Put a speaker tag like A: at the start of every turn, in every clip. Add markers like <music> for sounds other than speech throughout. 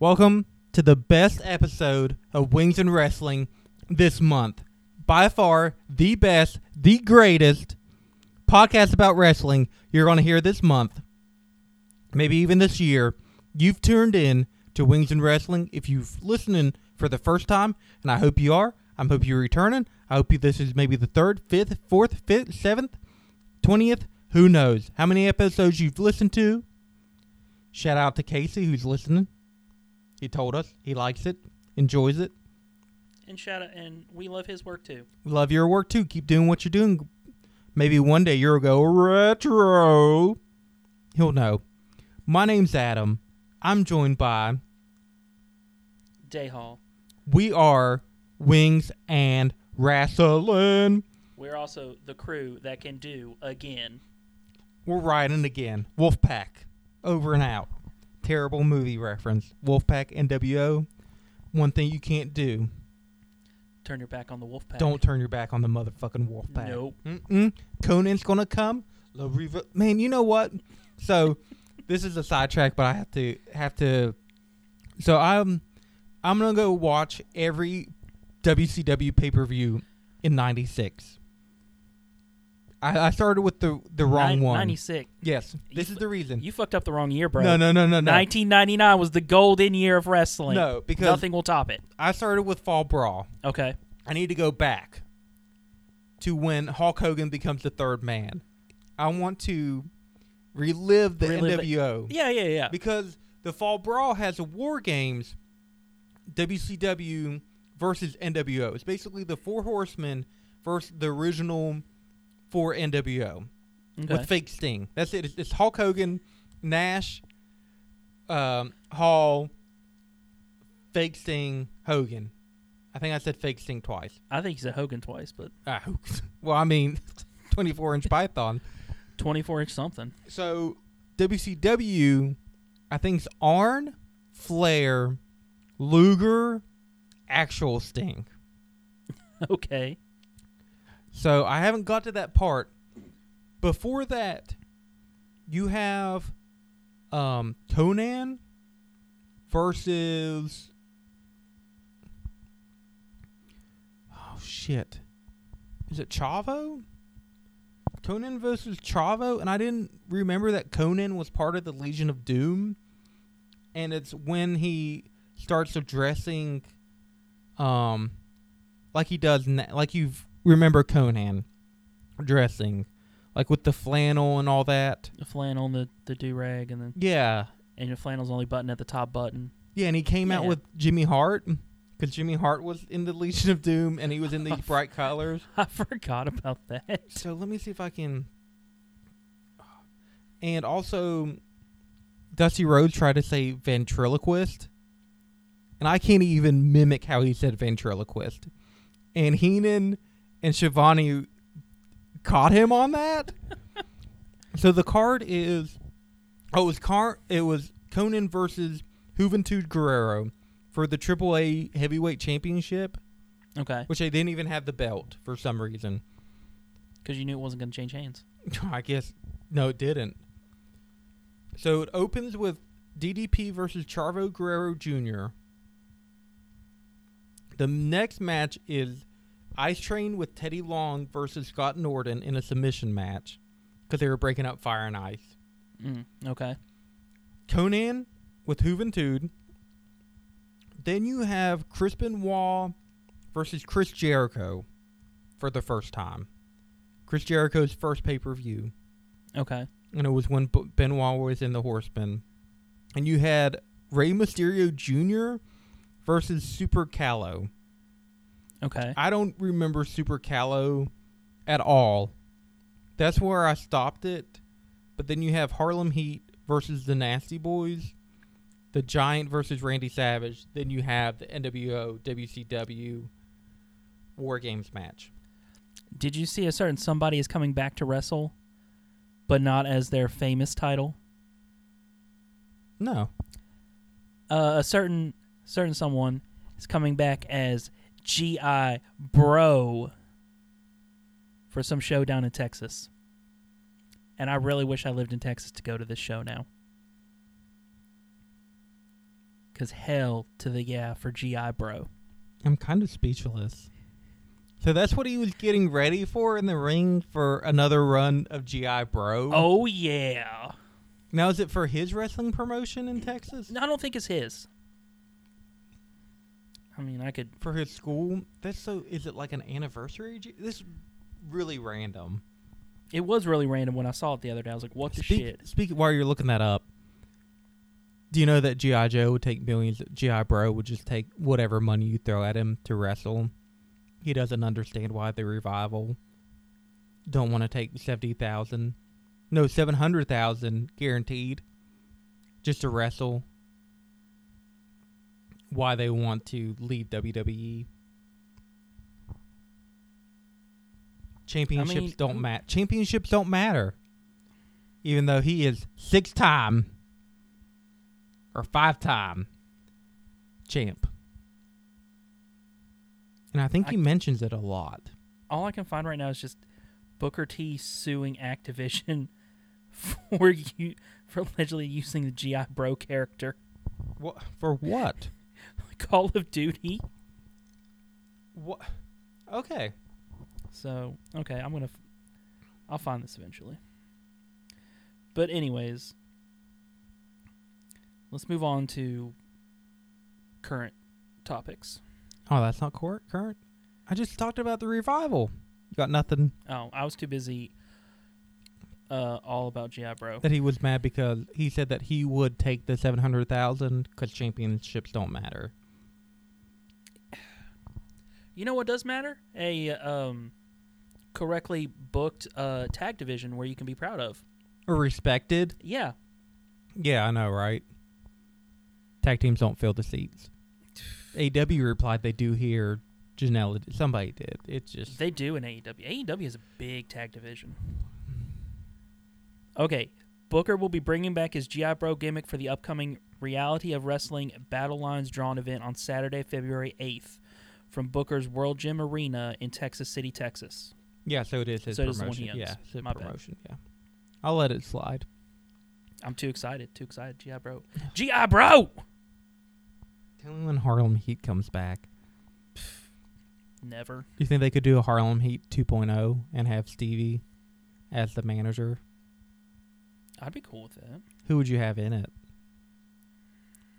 A: Welcome to the best episode of Wings and Wrestling this month. By far, the best, the greatest podcast about wrestling you're going to hear this month, maybe even this year. You've tuned in to Wings and Wrestling. If you've listening for the first time, and I hope you are, I hope you're returning. I hope you, this is maybe the third, fifth, fourth, fifth, seventh, twentieth. Who knows how many episodes you've listened to? Shout out to Casey who's listening. He told us he likes it, enjoys it.
B: And shout out, and we love his work too.
A: Love your work too. Keep doing what you're doing. Maybe one day you'll go retro. He'll know. My name's Adam. I'm joined by.
B: Day Hall.
A: We are Wings and Wrestling.
B: We're also the crew that can do again.
A: We're riding again. Wolfpack. Over and out. Terrible movie reference. Wolfpack NWO. One thing you can't do.
B: Turn your back on the wolf pack.
A: Don't turn your back on the motherfucking Wolfpack.
B: Nope.
A: Mm-mm. Conan's gonna come. La Riva- Man, you know what? So, this is a sidetrack, but I have to have to. So I'm I'm gonna go watch every WCW pay per view in '96. I, I started with the the wrong
B: Nin-
A: one.
B: 96.
A: Yes, this
B: You-
A: is the reason.
B: You fucked up the wrong year, bro.
A: no, no, no, no, no.
B: 1999 was the golden year of wrestling.
A: No, because-
B: nothing will top it.
A: I started with Fall Brawl.
B: Okay.
A: I need to go back to when Hulk Hogan becomes the third man. I want to relive the
B: Relive it.
A: NWO
B: Yeah, yeah, yeah.
A: because the Fall Brawl has a War Games WCW versus NWO. It's basically the Four Horsemen versus the original four NWO
B: Okay.
A: with fake Sting. That's it. It's, it's Hulk Hogan, Nash, um, Hall, fake Sting, Hogan. I think I said fake Sting twice.
B: I think he's a Hogan twice, but
A: Ah, who- well, I mean, <laughs> 24 inch Python.
B: 24 inch something. <laughs>
A: So WCW, I think's Arn, Flair, Luger, actual Sting.
B: Okay.
A: So I haven't got to that part. Before that, you have um, Conan versus. Oh shit! Is it Chavo? Conan versus Chavo, and I didn't remember that Conan was part of the Legion of Doom. And it's when he starts addressing, um, like he does, na- like you remember Conan dressing, like with the flannel and all that.
B: The flannel and the, the do rag, and then
A: Yeah,
B: and your flannel's only button at the top button. <laughs>
A: yeah, and he came out
B: Yeah.
A: with Jimmy Hart because Jimmy Hart was in the <laughs> Legion of Doom and he was in these bright colors.
B: I forgot about that. <laughs>
A: So let me see if I can. And also, Dusty Rhodes tried to say ventriloquist, and I can't even mimic how he said ventriloquist. And Heenan and Shivani caught him on that. so the card is, oh, it was car, it was Conan versus Juventud Guerrero for the AAA Heavyweight Championship,
B: Okay,
A: which they didn't even have the belt for some reason.
B: because you knew it wasn't going to change hands.
A: <laughs> I guess no, it didn't. So it opens with DDP versus Charvo Guerrero Jr. The next match is Ice Train with Teddy Long versus Scott Norton in a submission match because they were breaking up Fire and Ice.
B: Mm, okay.
A: Conan with Juventud. Then you have Crispin Wall versus Chris Jericho for the first time. Chris Jericho's first pay per view
B: Okay.
A: and it was when B- Benoit was in the Horsemen, and you had Rey Mysterio Jr. versus Super Callow.
B: Okay.
A: I don't remember Super Callow at all. That's where I stopped it. But then you have Harlem Heat versus the Nasty Boys, the Giant versus Randy Savage. Then you have the NWO WCW War Games match.
B: Did you see a certain somebody is coming back to wrestle, but not as their famous title?
A: No,
B: Uh, a certain certain someone is coming back as GI Bro for some show down in Texas. And I really wish I lived in Texas to go to this show now. Cause hell to the yeah for GI Bro.
A: I'm kind of speechless. So that's what he was getting ready for in the ring for another run of GI Bro.
B: Oh yeah.
A: Now is it for his wrestling promotion in Texas?
B: No, I don't think it's his. I mean, I could.
A: For his school? That's so is it like an anniversary? G- This is really random.
B: It was really random when I saw it the other day. I was like, "What the
A: Speak,
B: shit?"
A: Speak while you're looking that up. Do you know that GI Joe would take millions? GI Bro would just take whatever money you throw at him to wrestle. He doesn't understand why the revival don't want to take seventy thousand, no seven hundred thousand guaranteed, just to wrestle. Why they want to leave E. WWE? Championships don't matter. Championships don't matter even though he is six time or five time champ. And I think he
B: I-
A: mentions it a lot.
B: All I can find right now is just Booker T suing Activision <laughs> for you for allegedly using the GI Bro character <laughs>
A: What for what?
B: Call of Duty.
A: What? Okay.
B: So okay, I'm gonna. F- I'll find this eventually. But anyways, let's move on to current topics.
A: Oh, that's not cor- current. I just talked about the revival. You got nothing
B: Oh, I was too busy. Uh, all about GI Bro.
A: that he was mad because he said that he would take the seven hundred thousand because championships don't matter.
B: You know what does matter? A um, correctly booked uh, tag division where you can be proud of.
A: Or respected.
B: Yeah,
A: Yeah, I know, right? Tag teams don't fill the seats. AW replied they do here. Janela, somebody did. It's just
B: they do in AEW. AEW is a big tag division. Okay, Booker will be bringing back his GI Bro gimmick for the upcoming Reality of Wrestling Battle Lines Drawn event on Saturday, February 8th from Booker's World Gym Arena in Texas City, Texas.
A: yeah. So it is his
B: So it is the
A: promotion.
B: one he owns.
A: Yeah, it's his
B: My bad.
A: promotion. Yeah, I'll let it slide.
B: I'm too excited, too excited. GI Bro. GI Bro!
A: Tell me when Harlem Heat comes back.
B: Never.
A: Do you think they could do a Harlem Heat 2.0 and have Stevie as the manager?
B: I'd be cool with that.
A: Who would you have in it?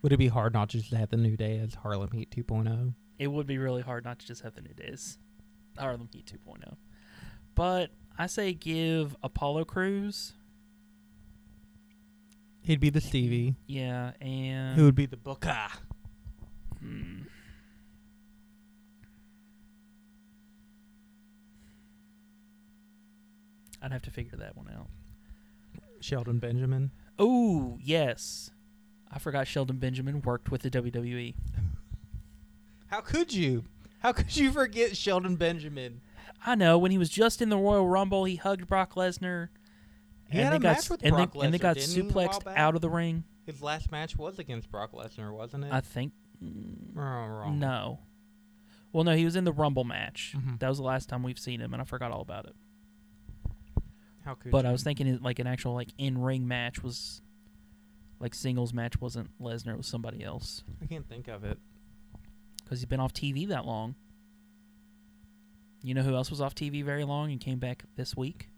A: Would it be hard not just to have the New Day as Harlem Heat oh? 2.0?
B: it would be really hard not to just have the new days. Harlem Heat 2.0. But I say give Apollo Crews.
A: He'd be the Stevie.
B: Yeah, and
A: Who would be the Booker?
B: Hmm. I'd have to figure that one out.
A: Sheldon Benjamin.
B: Oh, yes. I forgot Sheldon Benjamin worked with the E. WWE.
A: How could you? How could you forget Sheldon Benjamin?
B: I know when he was just in the Royal Rumble, he hugged Brock Lesnar.
A: He had
B: they
A: a
B: got
A: match
B: s-
A: with
B: and
A: Brock
B: they, and they
A: Lesnar,
B: got
A: didn't he, a while
B: suplexed
A: back?
B: out of the ring.
A: His last match was against Brock Lesnar, wasn't it?
B: I think. Mm.
A: Oh, wrong.
B: Uh, No. Well, no, he was in the Rumble match.
A: Mhm.
B: That was the last time we've seen him, and I forgot all about it.
A: How could
B: But
A: you?
B: I was thinking it- like an actual like in ring match was like singles match wasn't Lesnar, it was somebody else
A: I can't think of it.
B: because he's been off TV that long. You know who else was off TV very long and came back this week?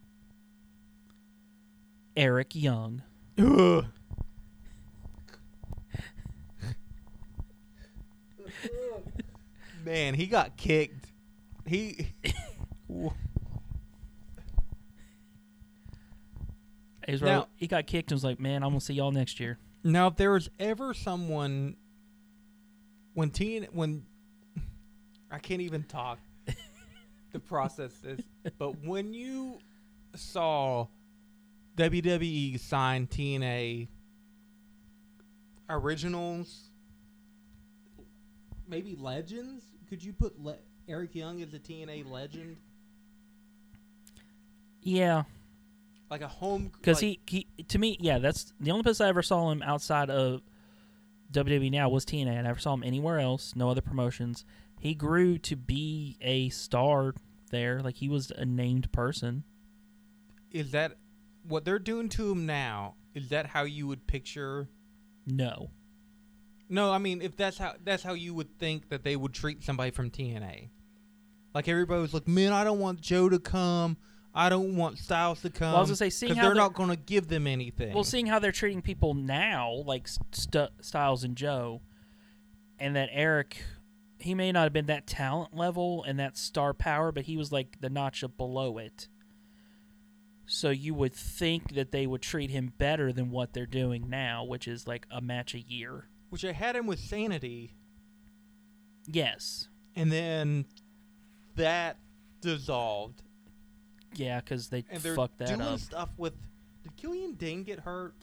B: Eric Young.
A: Ugh. Man, he got kicked. He.
B: He, was right-
A: Now-
B: he got kicked and was like, "Man, I'm gonna see y'all next year."
A: Now, if there was ever someone when TN when I can't even talk to process this, but when you saw WWE sign TNA originals, maybe legends, could you put le- Eric Young as a TNA legend,
B: Yeah,
A: like a home?
B: Because
A: like-
B: he, he, to me, yeah, that's the only place I ever saw him outside of WWE now was TNA. I never saw him anywhere else, no other promotions. He grew to be a star there. Like, he was a named person.
A: is that what they're doing to him now? Is that how you would picture?
B: No.
A: No, I mean if that's how that's how you would think that they would treat somebody from TNA. Like everybody was like, man, I don't want Joe to come. I don't want Styles to come.
B: Well, I was gonna say, seeing
A: 'cause
B: how
A: they're
B: they're-
A: not going to give them anything.
B: Well, seeing how they're treating people now, like St- Styles and Joe, and that Eric, he may not have been that talent level and that star power, but he was like the notch up below it. So you would think that they would treat him better than what they're doing now, which is like a match a year.
A: Which I had him with Sanity,
B: Yes.
A: and then that dissolved,
B: Yeah, because they
A: and they're
B: fucked that
A: doing
B: up.
A: stuff with. Did Killian Dane get hurt?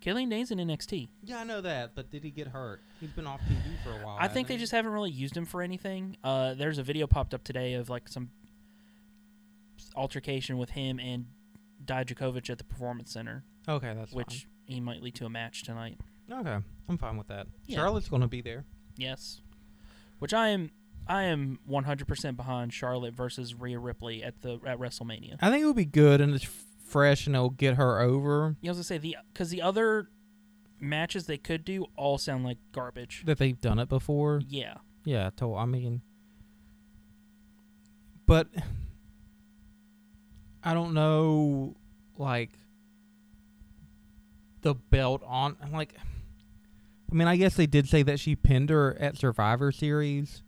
B: Killing Dane's in NXT.
A: Yeah, I know that, but did he get hurt? He's been off TV for a while.
B: I think
A: hasn't
B: they
A: he?
B: just haven't really used him for anything. Uh, there's a video popped up today of like some altercation with him and Dijakovic at the Performance Center,
A: Okay, that's
B: which he might lead to a match tonight.
A: fine. Okay, I'm fine with that.
B: Yeah.
A: Charlotte's going to be there.
B: Yes, which I am I am 100% behind Charlotte versus Rhea Ripley at the at WrestleMania.
A: I think it would be good and it's f- fresh and it'll get her over
B: You know, I was gonna say the because the other matches they could do all sound like garbage.
A: that they've done it before.
B: Yeah,
A: Yeah, to, I mean, but I don't know, like the belt on. Like, I mean, I guess they did say that she pinned her at Survivor Series.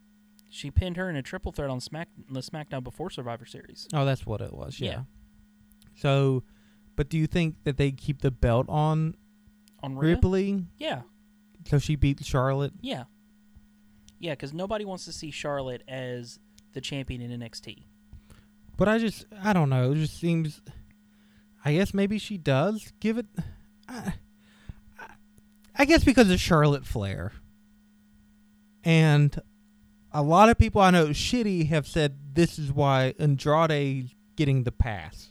B: she pinned her in a triple threat on Smack the SmackDown before Survivor Series.
A: Oh, that's what it was. Yeah.
B: Yeah.
A: So, but do you think that they keep the belt on
B: On Rhea?
A: Ripley
B: Yeah.
A: so she beat Charlotte?
B: Yeah. Yeah, because nobody wants to see Charlotte as the champion in NXT.
A: But I just, I don't know. It just seems. I guess maybe she does give it. I, I- I guess because of Charlotte Flair. And a lot of people I know shitty have said this is why Andrade getting the pass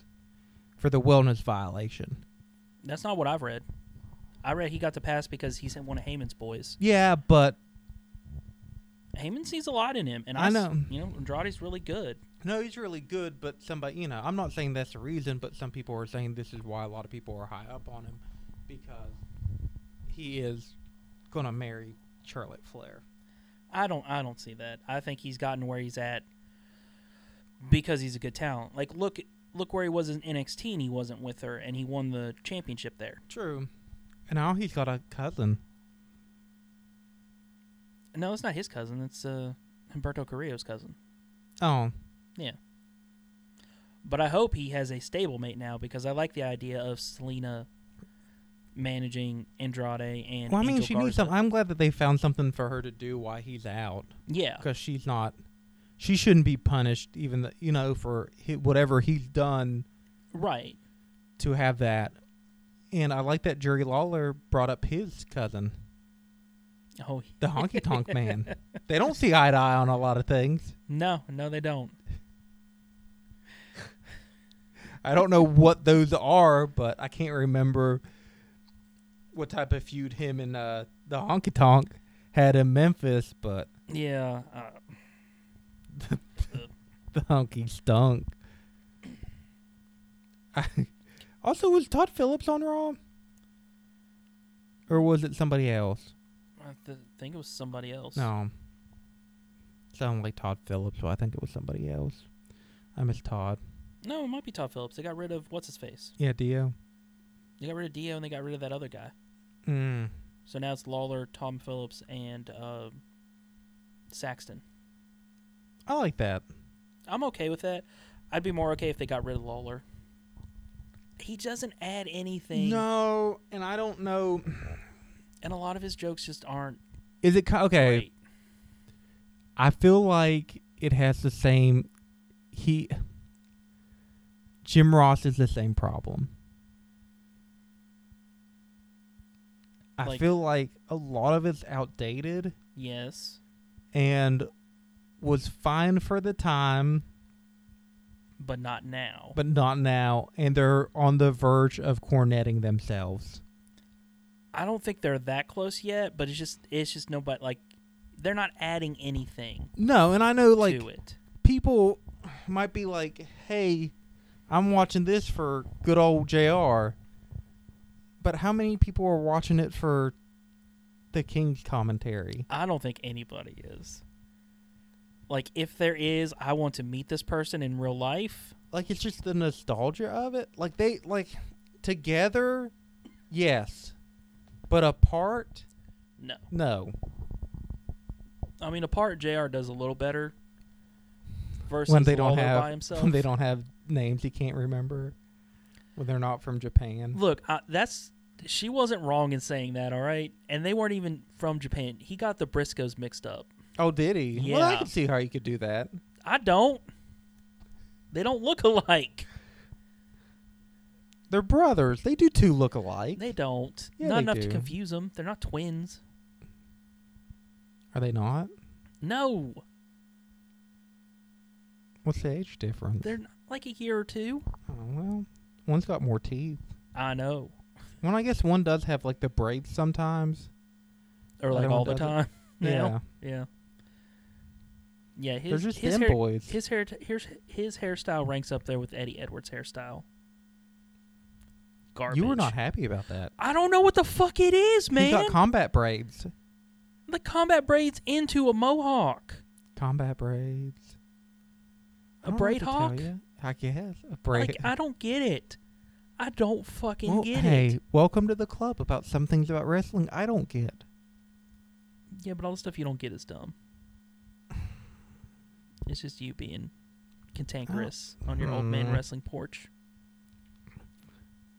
A: for the wellness violation.
B: That's not what I've read. I read he got the pass because he's one of Heyman's boys.
A: Yeah, but
B: Heyman sees a lot in him, and
A: I
B: I, s-
A: know.
B: you know Andrade's really good.
A: no, he's really good. But somebody, you know, I'm not saying that's the reason, but some people are saying this is why a lot of people are high up on him because he is gonna marry Charlotte Flair.
B: I don't I don't see that. I think he's gotten where he's at because he's a good talent. Like look look where he was in NXT and he wasn't with her and he won the championship there.
A: True. And now he's got a cousin.
B: No, it's not his cousin. It's uh, Humberto Carrillo's cousin.
A: Oh,
B: But I hope he has a stablemate now because I like the idea of Selena managing Andrade and.
A: well, I mean,
B: Angel
A: she
B: Garza.
A: needs something. I'm glad that they found something for her to do while he's out,
B: Yeah,
A: because she's not. She shouldn't be punished, even th you know, for hi whatever he's done
B: right.
A: to have that. And I like that Jerry Lawler brought up his cousin,
B: Oh
A: the Honky Tonk Man. They don't see eye to eye on a lot of things.
B: no, no, they don't.
A: I don't know what those are, but I can't remember what type of feud him and uh, the Honky Tonk had in Memphis, but <laughs>
B: Yeah, uh,
A: The honky stunk. <laughs> also, was Todd Phillips on Raw? Or was it somebody else?
B: I th- think it was somebody else.
A: No. Sounded like Todd Phillips, so I think it was somebody else. I miss Todd.
B: no, it might be Todd Phillips. They got rid of what's his face.
A: Yeah, Dio.
B: They got rid of Dio and they got rid of that other guy.
A: Mm.
B: So now it's Lawler, Tom Phillips, and uh, Saxton.
A: I like that.
B: I'm okay with that. I'd be more okay if they got rid of Lawler. He doesn't add anything.
A: No, and I don't know.
B: and a lot of his jokes just aren't
A: Is it ki- okay?
B: great.
A: I feel like it has the same. He. Jim Ross is the same problem. I
B: Like-
A: feel like a lot of it's outdated
B: Yes,
A: and was fine for the time,
B: but not now.
A: but not now. And they're on the verge of cornetting themselves.
B: I don't think they're that close yet. But it's just it's just nobody like they're not adding anything
A: No, and I know like
B: to it.
A: people might be like, "Hey, I'm watching this for good old JR." But how many people are watching it for the King's commentary.
B: I don't think anybody is. Like, if there is, I want to meet this person in real life.
A: Like it's just the nostalgia of it. Like they like together, yes, but apart,
B: No.
A: no.
B: I mean, apart, JR does a little better versus
A: When they don't
B: Lawler
A: have <laughs>
B: by himself.
A: when they don't have names, he can't remember. When they're not from Japan,
B: Look, I, that's she wasn't wrong in saying that. All right, and they weren't even from Japan. He got the Briscoes mixed up.
A: Oh, did he? Well, I
B: Yeah.
A: can see how you could do that.
B: I don't. They don't look alike.
A: They're brothers. They do two look alike.
B: They don't.
A: Yeah,
B: not
A: they
B: enough
A: do.
B: to confuse them. They're not twins.
A: Are they not?
B: No,
A: What's the age difference?
B: they're not, like a year or two.
A: Oh, well, one's got more teeth.
B: I know,
A: Well, I guess one does have like the braids sometimes.
B: or
A: The
B: like
A: other
B: all the
A: one
B: time. <laughs>
A: doesn't.
B: now. Yeah. Yeah,
A: they're
B: his
A: just
B: his
A: them
B: hair,
A: boys.
B: his hair his, his hairstyle ranks up there with Eddie Edwards' hairstyle. Garbage.
A: you were not happy about that.
B: I don't know what the fuck it is,
A: He
B: man.
A: got combat braids.
B: the combat braids into a mohawk,
A: Combat braids. I don't know
B: a
A: what
B: braid
A: to tell
B: hawk.
A: ya. I guess a braid.
B: Like I don't get it. I don't fucking
A: Well,
B: get
A: hey,
B: it.
A: welcome to the club. About some things about wrestling I don't get.
B: Yeah, but all the stuff you don't get is dumb. It's just you being cantankerous on your old man
A: Hmm.
B: wrestling porch.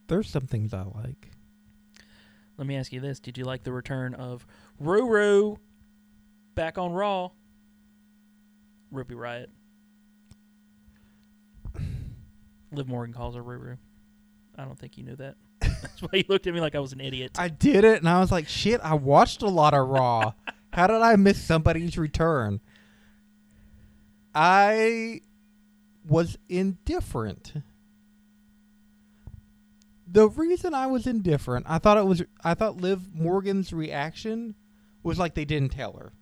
A: There's some things I like.
B: Let me ask you this: Did you like the return of Ruru back on Raw? Ruby Riot. Liv Morgan calls her Ruru. I don't think you knew that. <laughs> That's why you looked at me like I was an idiot.
A: I did it, and I was like, "Shit!" I watched a lot of Raw. How did I miss somebody's return? I was indifferent. The reason I was indifferent, I thought it was, I thought Liv Morgan's reaction was like they didn't tell her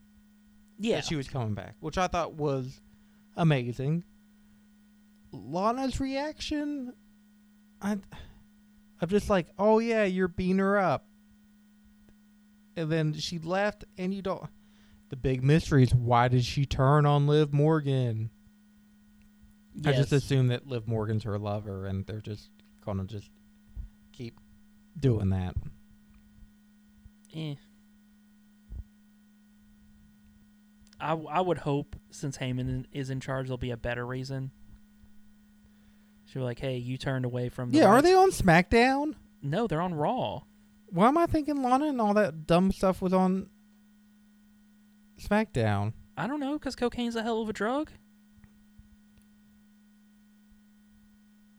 B: yeah,
A: that she was coming back, which I thought was amazing. Lana's reaction, I, I'm just like, oh yeah, you're beating her up, and then she left, and you don't. The big mystery is why did she turn on Liv Morgan? I just
B: yes.
A: assume that Liv Morgan's her lover, and they're just gonna just keep doing that.
B: Eh. I, w- I would hope since Heyman is in charge, there'll be a better reason. She'll be like, "Hey, you turned away from." The
A: Yeah, are
B: lights."
A: they on SmackDown?
B: No, they're on Raw.
A: Why am I thinking Lana and all that dumb stuff was on SmackDown?
B: I don't know, because cocaine's a hell of a drug.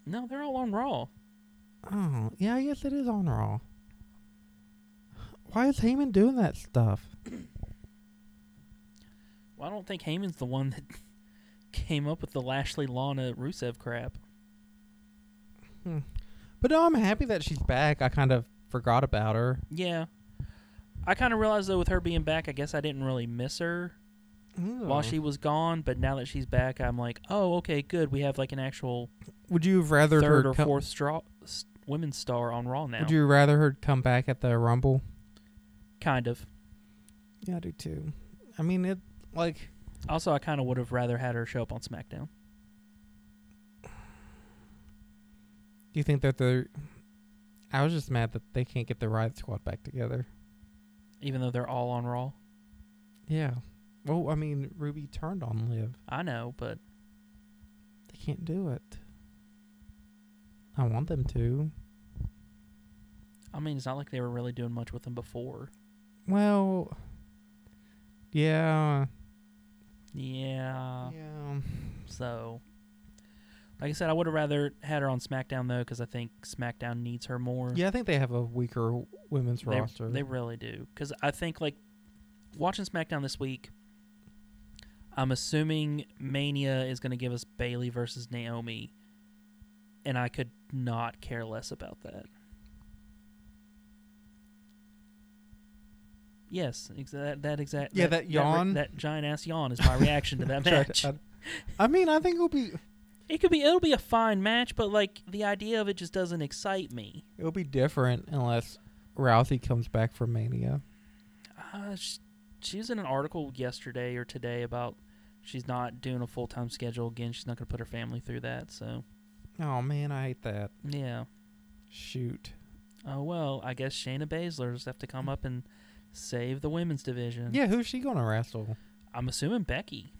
B: No, they're all on Raw.
A: Oh, yeah, I guess it is on Raw. Why is Heyman doing that stuff?
B: Well, I don't think Heyman's the one that <laughs> came up with the Lashley Lana Rusev crap.
A: But no, I'm happy that she's back. I kind of forgot about her.
B: Yeah. I kind of realized, though, with her being back, I guess I didn't really miss her
A: Oh.
B: while she was gone, but now that she's back, I'm like, oh, okay, good. We have like an actual
A: would you have rather
B: third,
A: her
B: or
A: co-
B: fourth straw, s- women's star on Raw now.
A: Would you rather her come back at the Rumble?
B: kind of.
A: Yeah, I do too. I mean, it like
B: Also, I kind of would have rather had her show up on SmackDown.
A: do you think that the I was just mad that they can't get the Riot Squad back together.
B: Even though they're all on Raw,
A: Yeah. Well, I mean, Ruby turned on Liv.
B: I know, but
A: They can't do it. I want them to.
B: I mean, it's not like they were really doing much with them before.
A: Well, yeah,
B: Yeah.
A: yeah.
B: So, like I said, I would have rather had her on SmackDown though, because I think SmackDown needs her more.
A: Yeah, I think they have a weaker w- women's
B: they,
A: roster.
B: they really do. Because I think like watching SmackDown this week, I'm assuming Mania is going to give us Bailey versus Naomi, and I could not care less about that. Yes, exa- that, that exact
A: Yeah,
B: that
A: that
B: re-
A: yawn.
B: that giant ass
A: <laughs>
B: yawn is my reaction to that match.
A: I, I mean, I think it'll be
B: It could be it'll be a fine match, but like the idea of it just doesn't excite me.
A: it'll be different unless Rousey comes back from Mania.
B: uh, she, she was in an article yesterday or today about she's not doing a full time schedule again. She's not going to put her family through that. So
A: Oh man, I hate that.
B: yeah.
A: Shoot.
B: Oh well, I guess Shayna Baszler just have to come up and save the women's division.
A: Yeah, who's she gonna wrestle?
B: I'm assuming Becky.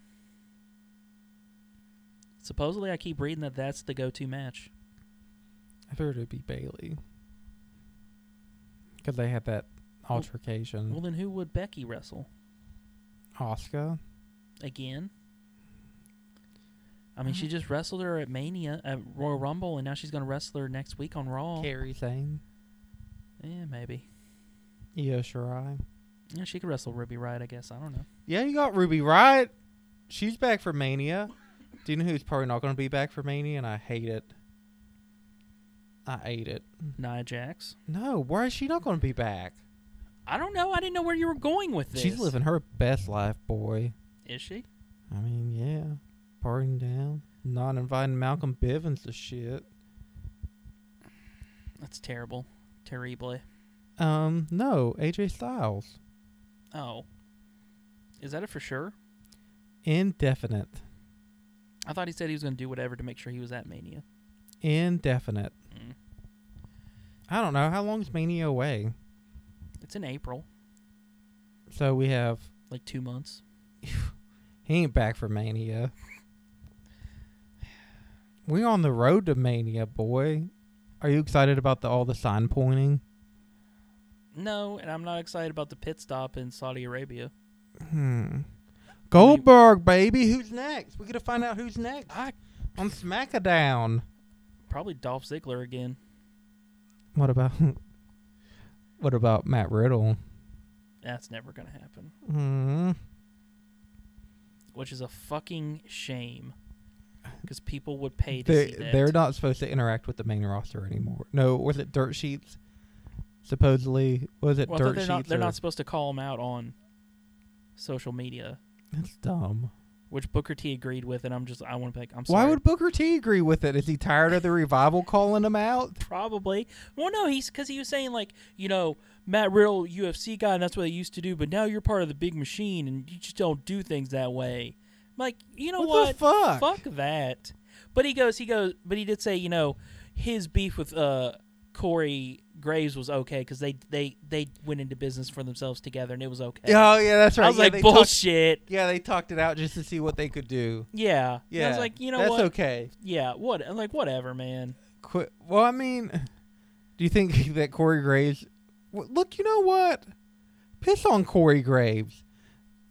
B: Supposedly, I keep reading that that's the go-to match.
A: I figured it'd be Bailey. Because they had that
B: Well-
A: altercation.
B: Well, then who would Becky wrestle
A: Oscar.
B: again? I mean, she just wrestled her at Mania at Royal Rumble, and now she's going to wrestle her next week on Raw.
A: Carrie Zane.
B: Yeah, maybe.
A: Io Shirai.
B: Yeah, she could wrestle Ruby Wright, I guess. I don't know.
A: Yeah, you got Ruby Riot. She's back for Mania. Do you know who's probably not going to be back for Mania? And I hate it. I hate it.
B: Nia Jax.
A: No, why is she not going to be back?
B: I don't know. I didn't know where you were going with this.
A: She's living her best life, boy.
B: Is she?
A: I mean, yeah, partying down, not inviting Malcolm Bivens to shit.
B: That's terrible. Terrible.
A: Um, no, AJ Styles,
B: Oh. Is that it for sure?
A: indefinite,
B: I thought he said he was going to do whatever to make sure he was at Mania.
A: indefinite.
B: Mm.
A: I don't know how long is Mania away.
B: It's in April,
A: So we have
B: like two months.
A: He ain't back for Mania. We on the road to Mania, boy. Are you excited about the all the sign pointing?
B: No, and I'm not excited about the pit stop in Saudi Arabia.
A: Hmm. Goldberg, baby, who's next? We gotta find out who's next
B: I
A: on SmackDown.
B: probably Dolph Ziggler again.
A: What about <laughs> what about Matt Riddle?
B: That's never gonna happen.
A: Hmm.
B: Which is a fucking shame, because people would pay to
A: They
B: see that.
A: they're not supposed to interact with the main roster anymore. No, was it Dirt Sheets? Supposedly, was it
B: well, I thought
A: Dirt
B: they're
A: Sheets?
B: not. They're
A: or-
B: not supposed to call him out on social media,
A: That's dumb.
B: which Booker T agreed with, and I'm just. I want to be like, I'm sorry.
A: Why would Booker T agree with it? Is he tired of the revival calling him out?
B: Probably. Well, no, he's because he was saying like, you know, Matt Riddle, UFC guy, and that's what they used to do. But now you're part of the big machine, and you just don't do things that way. I'm like, you know
A: What
B: what?
A: the fuck?
B: that. But he goes, he goes, but he did say, you know, his beef with uh Corey Graves was okay because they they they went into business for themselves together, and it was okay.
A: Yeah, oh yeah, that's right.
B: I was
A: yeah,
B: like,
A: they talked-
B: bullshit.
A: yeah, they talked it out just to see what they could do.
B: yeah. And
A: Yeah,
B: I was like, you know
A: that's
B: what?
A: okay.
B: Yeah. What? I'm like, whatever, man.
A: Quit. Well, I mean, do you think <laughs> that Corey Graves? w- Look, you know what? Piss on Corey Graves,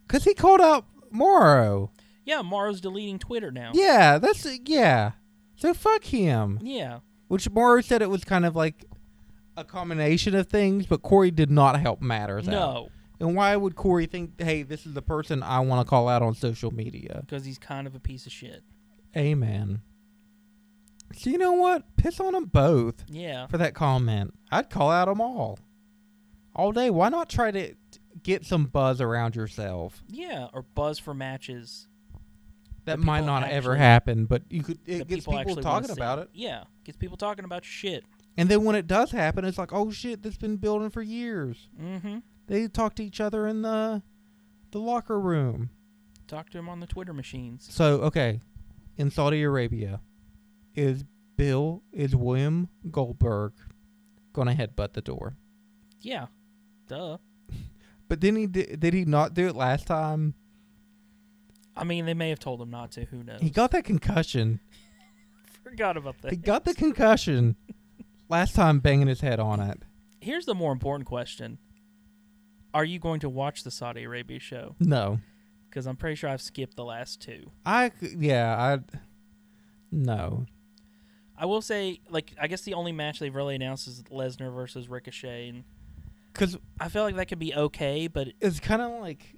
A: cause he called out Morrow.
B: Yeah, Mara's deleting Twitter now.
A: Yeah, that's yeah. So fuck him.
B: Yeah.
A: Which Morrow said it was kind of like a combination of things, but Corey did not help matters. out.
B: No.
A: And why would Corey think, hey, this is the person I want to call out on social media?
B: because he's kind of a piece of shit.
A: Amen. So you know what? Piss on them both
B: Yeah,
A: for that comment. I'd call out them all. All day. Why not try to t- get some buzz around yourself?
B: yeah, or buzz for matches.
A: That,
B: That
A: might
B: people
A: not ever
B: actually-
A: happen, but you could it
B: that
A: gets
B: people,
A: people,
B: actually wanna
A: talking
B: see.
A: about it.
B: Yeah, gets people talking about your shit.
A: And then when it does happen, it's like, oh shit, that's been building for years.
B: Mm-hmm.
A: They talk to each other in the the locker room.
B: Talk to him on the Twitter machines.
A: So okay, in Saudi Arabia, is Bill is William Goldberg gonna headbutt the door?
B: Yeah, duh.
A: But didn't he di- did he not do it last time?
B: I mean, they may have told him not to. Who knows? <laughs>
A: He got that concussion.
B: Forgot about that.
A: He got the concussion last time, banging his head on it.
B: Here's the more important question: Are you going to watch the Saudi Arabia show?
A: No,
B: Because I'm pretty sure I've skipped the last two.
A: I c- yeah I no
B: I will say, like, I guess the only match they've really announced is Lesnar versus Ricochet, and
A: because
B: I feel like that could be okay, but
A: it's kind of like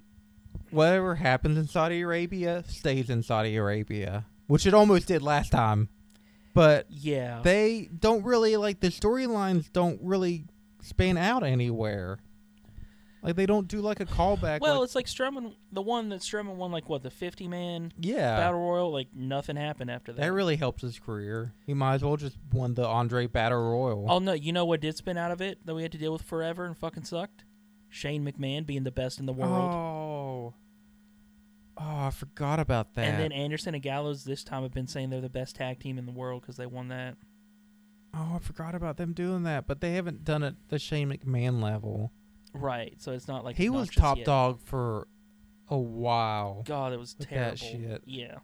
A: whatever happens in Saudi Arabia stays in Saudi Arabia, which it almost did last time, but.
B: yeah,
A: they don't really like the storylines don't really span out anywhere. Like they don't do like a callback.
B: Well,
A: like-
B: it's like Strowman, the one that Strowman won, like what the fifty man
A: yeah,
B: battle royal. Like nothing happened after that.
A: that really helps his career. He might as well just won the Andre Battle Royal.
B: oh no, you know what did spin out of it that we had to deal with forever and fucking sucked. Shane McMahon being the best in the world.
A: Oh. Oh, I forgot about that.
B: and then Anderson and Gallows this time have been saying they're the best tag team in the world because they won that.
A: oh, I forgot about them doing that, but they haven't done it the Shane McMahon level.
B: Right. So it's not like
A: he was
B: obnoxious
A: top
B: yet.
A: dog for a while.
B: God, it was
A: Look
B: terrible.
A: at that shit.
B: Yeah.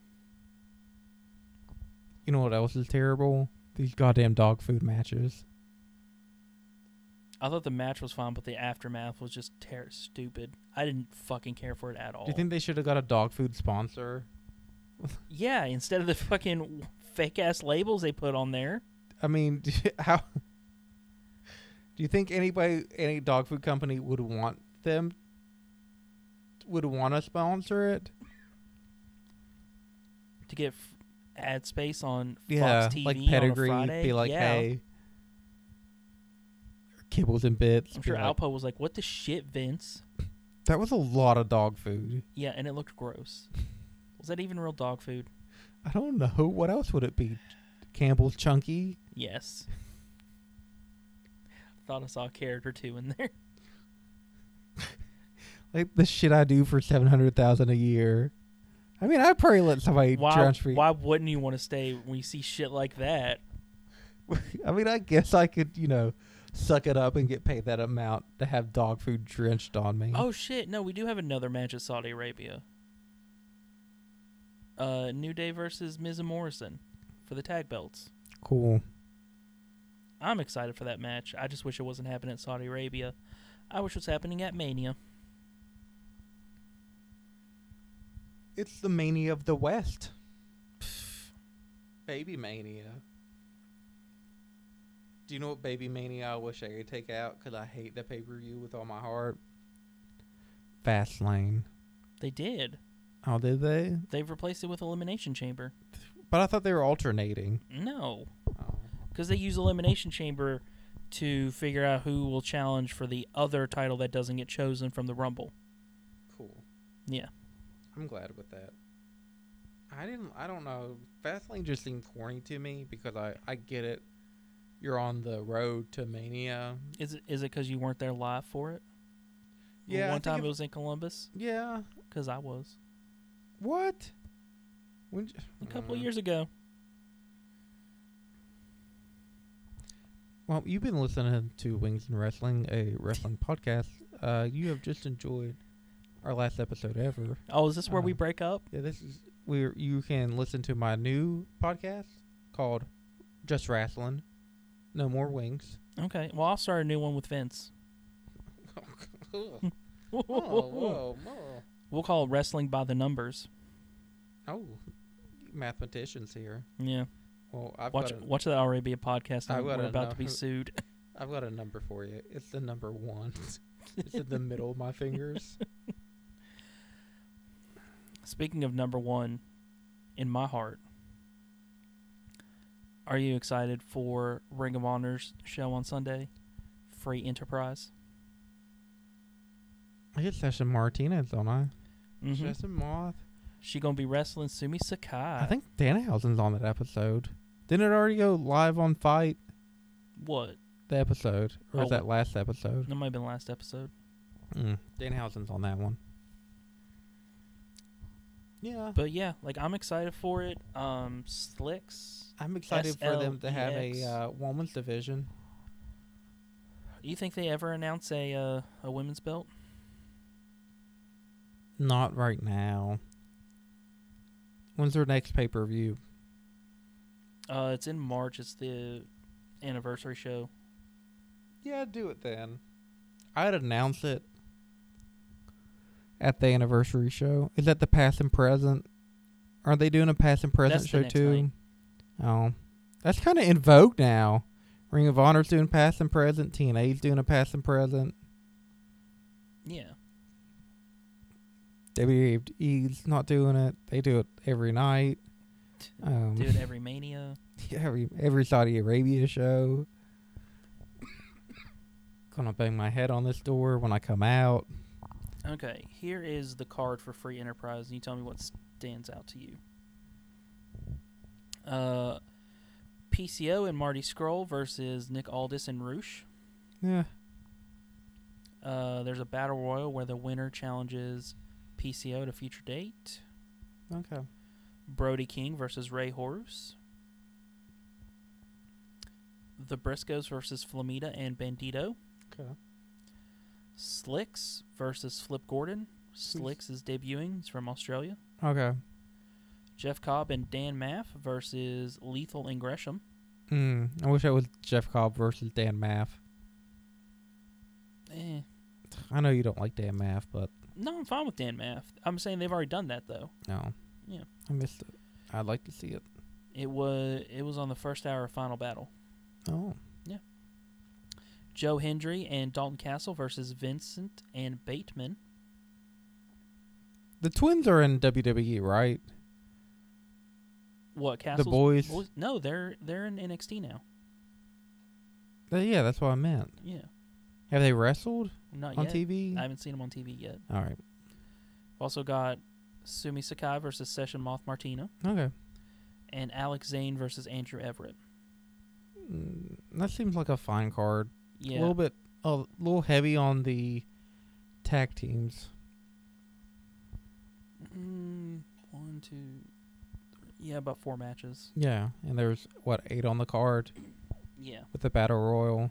A: You know what else is terrible? These goddamn dog food matches.
B: I thought the match was fine, but the aftermath was just ter- stupid. I didn't fucking care for it at all.
A: Do you think they should have got a dog food sponsor?
B: yeah, instead of the fucking fake ass labels they put on there.
A: I mean, <laughs> how do you think anybody, any dog food company would want them, would want to sponsor it?
B: to get f- ad space on
A: Yeah,
B: Fox TV
A: like
B: on a
A: pedigree,
B: Friday.
A: be like,
B: yeah.
A: hey, kibbles and bits.
B: I'm
A: be
B: sure
A: like,
B: Alpo was like, "What the shit, Vince?"
A: that was a lot of dog food.
B: Yeah, and it looked gross.
A: <laughs>
B: was that even real dog food?
A: I don't know what else would it be. Campbell's chunky.
B: Yes. Thought I saw a character two in there.
A: like the shit I do for seven hundred thousand a year. I mean, I'd probably let somebody
B: Why?
A: drown for.
B: Why wouldn't you want to stay when you see shit like that?
A: <laughs> I mean, I guess I could, you know, suck it up and get paid that amount to have dog food drenched on me.
B: Oh shit! No, we do have another match at Saudi Arabia. Uh, New Day versus Miz and Morrison for the tag belts.
A: cool.
B: I'm excited for that match. I just wish it wasn't happening at Saudi Arabia. I wish it was happening at Mania.
A: It's the mania of the West. Baby mania. Do you know what baby mania I wish I could take out because I hate the pay per view with all my heart? Fastlane.
B: They did.
A: Oh, did they?
B: They've replaced it with Elimination Chamber.
A: But I thought they were alternating.
B: No,
A: Oh.
B: because they use Elimination Chamber to figure out who will challenge for the other title that doesn't get chosen from the Rumble.
A: Cool.
B: Yeah.
A: I'm glad with that. I didn't. I don't know. Fastlane just seemed corny to me because I I get it. You're on the road to Mania.
B: Is it is it because you weren't there live for it?
A: Yeah, I
B: One
A: think
B: time
A: it-
B: it was in Columbus
A: Yeah.
B: because I was
A: What? When? j-
B: a couple
A: Mm.
B: years ago.
A: Well, you've been listening to Wings and Wrestling, a wrestling podcast. Uh, you have just enjoyed our last episode ever.
B: Oh, is this where we
A: Uh,
B: break up?
A: Yeah, this is where you can listen to my new podcast called Just Wrestling. No more
B: <laughs>
A: wings.
B: Okay. Well, I'll start a new one with Vince.
A: Oh,
B: <laughs>
A: whoa, whoa.
B: We'll call it Wrestling by the Numbers.
A: Oh, mathematicians here.
B: Yeah.
A: Well, I've
B: Watch
A: got a,
B: watch that already be a podcast.
A: I
B: And we're
A: wanna
B: about
A: know
B: to be
A: who-
B: sued. <laughs>
A: I've got a number for you. It's the number one. <laughs> it's in the middle of my
B: <laughs>
A: fingers.
B: Speaking of number one, in my heart, are you excited for Ring of Honor's show on Sunday? Free Enterprise.
A: I get Session Martinez, don't I?
B: Mhm.
A: Session Moth.
B: She gonna be wrestling Sumi Sakai.
A: I think Danhausen's on that episode. Didn't it already go live on Fight?
B: what
A: The episode, or
B: Oh.
A: is that last episode?
B: that might have been last episode,
A: Mm. Danhausen's on that one. Yeah,
B: but yeah, like I'm excited for it. Um, Slicks.
A: I'm excited for them to have a
B: SLEX.
A: uh, woman's division.
B: Do you think they ever announce a uh, a women's belt?
A: Not right now. When's their next pay per view?
B: Uh, it's in March. It's the anniversary show.
A: Yeah, do it then. I'd announce it at the anniversary show. Is that the past and present? Are they doing a past and present
B: That's the
A: show
B: next
A: too? Oh, that's kind of in vogue now. Ring of Honor's doing past and present. TNA's doing a past and present.
B: Yeah.
A: WWE's E not doing it. They do it every night. Um,
B: do it every mania.
A: <laughs> every every Saudi Arabia show. <coughs> Gonna bang my head on this door when I come out.
B: Okay, here is the card for Free Enterprise, and you tell me what stands out to you. Uh, PCO and Marty Scroll versus Nick Aldis and Roosh.
A: Yeah.
B: Uh, there's a battle royal where the winner challenges PCO to future date.
A: Okay.
B: Brody King versus Ray Horus. The Briscoes versus Flamita and Bandito.
A: Okay.
B: Slicks versus Flip Gordon. Slicks is debuting. He's from Australia.
A: Okay.
B: Jeff Cobb and Dan Maff versus Lethal and Gresham.
A: Mm, I wish I was Jeff Cobb versus Dan Maff.
B: Eh.
A: I know you don't like Dan Maff, but
B: No, I'm fine with Dan Maff. I'm saying they've already done that though.
A: no.
B: Yeah.
A: I missed it. I'd like to see it.
B: It was it was on the first hour of Final Battle.
A: Oh.
B: Joe Hendry and Dalton Castle versus Vincent and Bateman.
A: The twins are in WWE, right?
B: What Castle's
A: boys.
B: boys- No, they're they're in NXT now.
A: Uh, yeah, that's what I meant.
B: Yeah,
A: Have they wrestled
B: not
A: on
B: yet.
A: TV?
B: I haven't seen them on TV yet.
A: All right.
B: Also got Sumi Sakai versus Session Moth Martina
A: Okay.
B: and Alex Zane versus Andrew Everett.
A: Mm, that seems like a fine card.
B: Yeah,
A: A little bit, a little heavy on the tag teams.
B: Mm, one, two, three. yeah, about four matches.
A: Yeah, and there's what eight on the card
B: Yeah,
A: with the battle royal.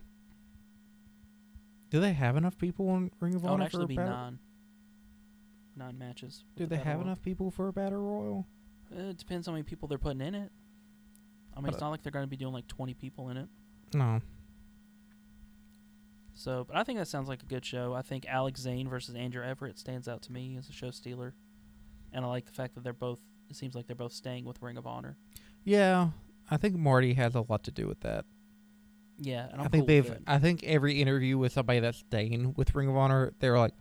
A: Do they have enough people on Ring of
B: oh, it'd
A: Honor for
B: actually
A: a
B: be
A: battle?
B: nine, nine matches. with
A: Do
B: the
A: they
B: Battle
A: have
B: Royal.
A: enough people for a battle royal?
B: Uh, It depends how many people they're putting in it. I mean,
A: But,
B: it's
A: uh,
B: not like they're going to be doing like twenty people in it.
A: No.
B: So, but I think that sounds like a good show. I think Alex Zane versus Andrew Everett stands out to me as a show stealer, and I like the fact that they're both. It seems like they're both staying with Ring of Honor.
A: Yeah, I think Marty has a lot to do with that.
B: Yeah, and
A: I
B: I'm
A: think
B: cool with
A: they've.
B: it.
A: I think every interview with somebody that's staying with Ring of Honor, they're like,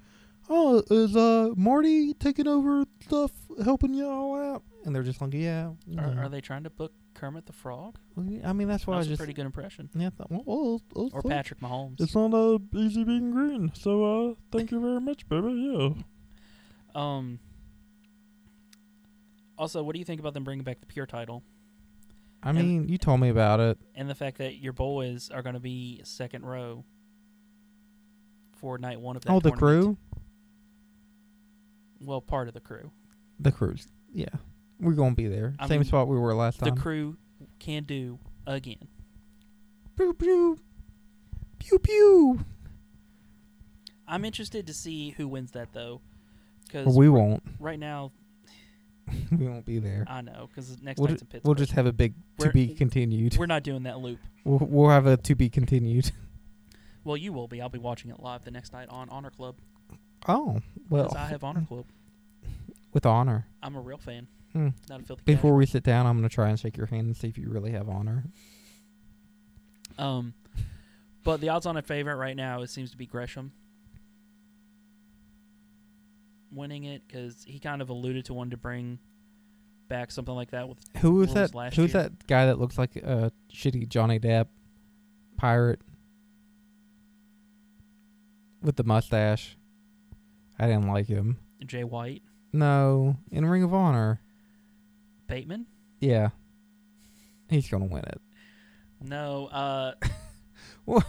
A: "Oh, is uh Marty taking over stuff, helping y'all out?" And they're just like, "Yeah."
B: Are,
A: yeah."
B: are they trying to book Kermit the Frog?
A: I mean, uh, mm. that's
B: That
A: why I
B: was a
A: just.
B: pretty good impression.
A: yeah. th- well, well, well,
B: Or
A: well,
B: Patrick Mahomes.
A: It's not uh, easy being green, so uh, thank you very much, baby. Yeah.
B: Um. Also, what do you think about them bringing back the pure title
A: I
B: And-
A: mean, you told me about it.
B: and the fact that your boys are going to be second row for night one of that?
A: Oh, the
B: tournament?
A: crew,
B: Well, part of the crew.
A: the crews. Yeah, we're gonna be there.
B: I
A: Same
B: mean,
A: spot we were last time.
B: The crew can do again.
A: pew pew, pew pew.
B: I'm interested to see who wins that though, because
A: Well, we won't. <laughs>
B: right now
A: we won't be there.
B: I know because next
A: We'll,
B: night's
A: ju-
B: in Pittsburgh.
A: we'll just have a big to
B: Uh, We're-
A: be continued.
B: We're not doing that loop.
A: We'll, we'll have a to be continued. <laughs>
B: Well, you will be. I'll be watching it live the next night on Honor Club.
A: Oh well,
B: Because I have Honor Club.
A: with honor.
B: I'm a real fan,
A: Hmm.
B: not a filthy.
A: Before we sit down, I'm gonna try and shake your hand and see if you really have honor.
B: casual. um, but the odds-on favorite right now it seems to be Gresham winning it because he kind of alluded to wanting to bring back something like that with
A: Who is
B: What was
A: that?
B: last
A: Who's
B: year?
A: that guy that looks like a shitty Johnny Depp pirate with the mustache? I didn't like him.
B: Jay White,
A: No, in Ring of Honor.
B: Bateman.
A: Yeah, he's gonna win it.
B: No, uh,
A: <laughs> What?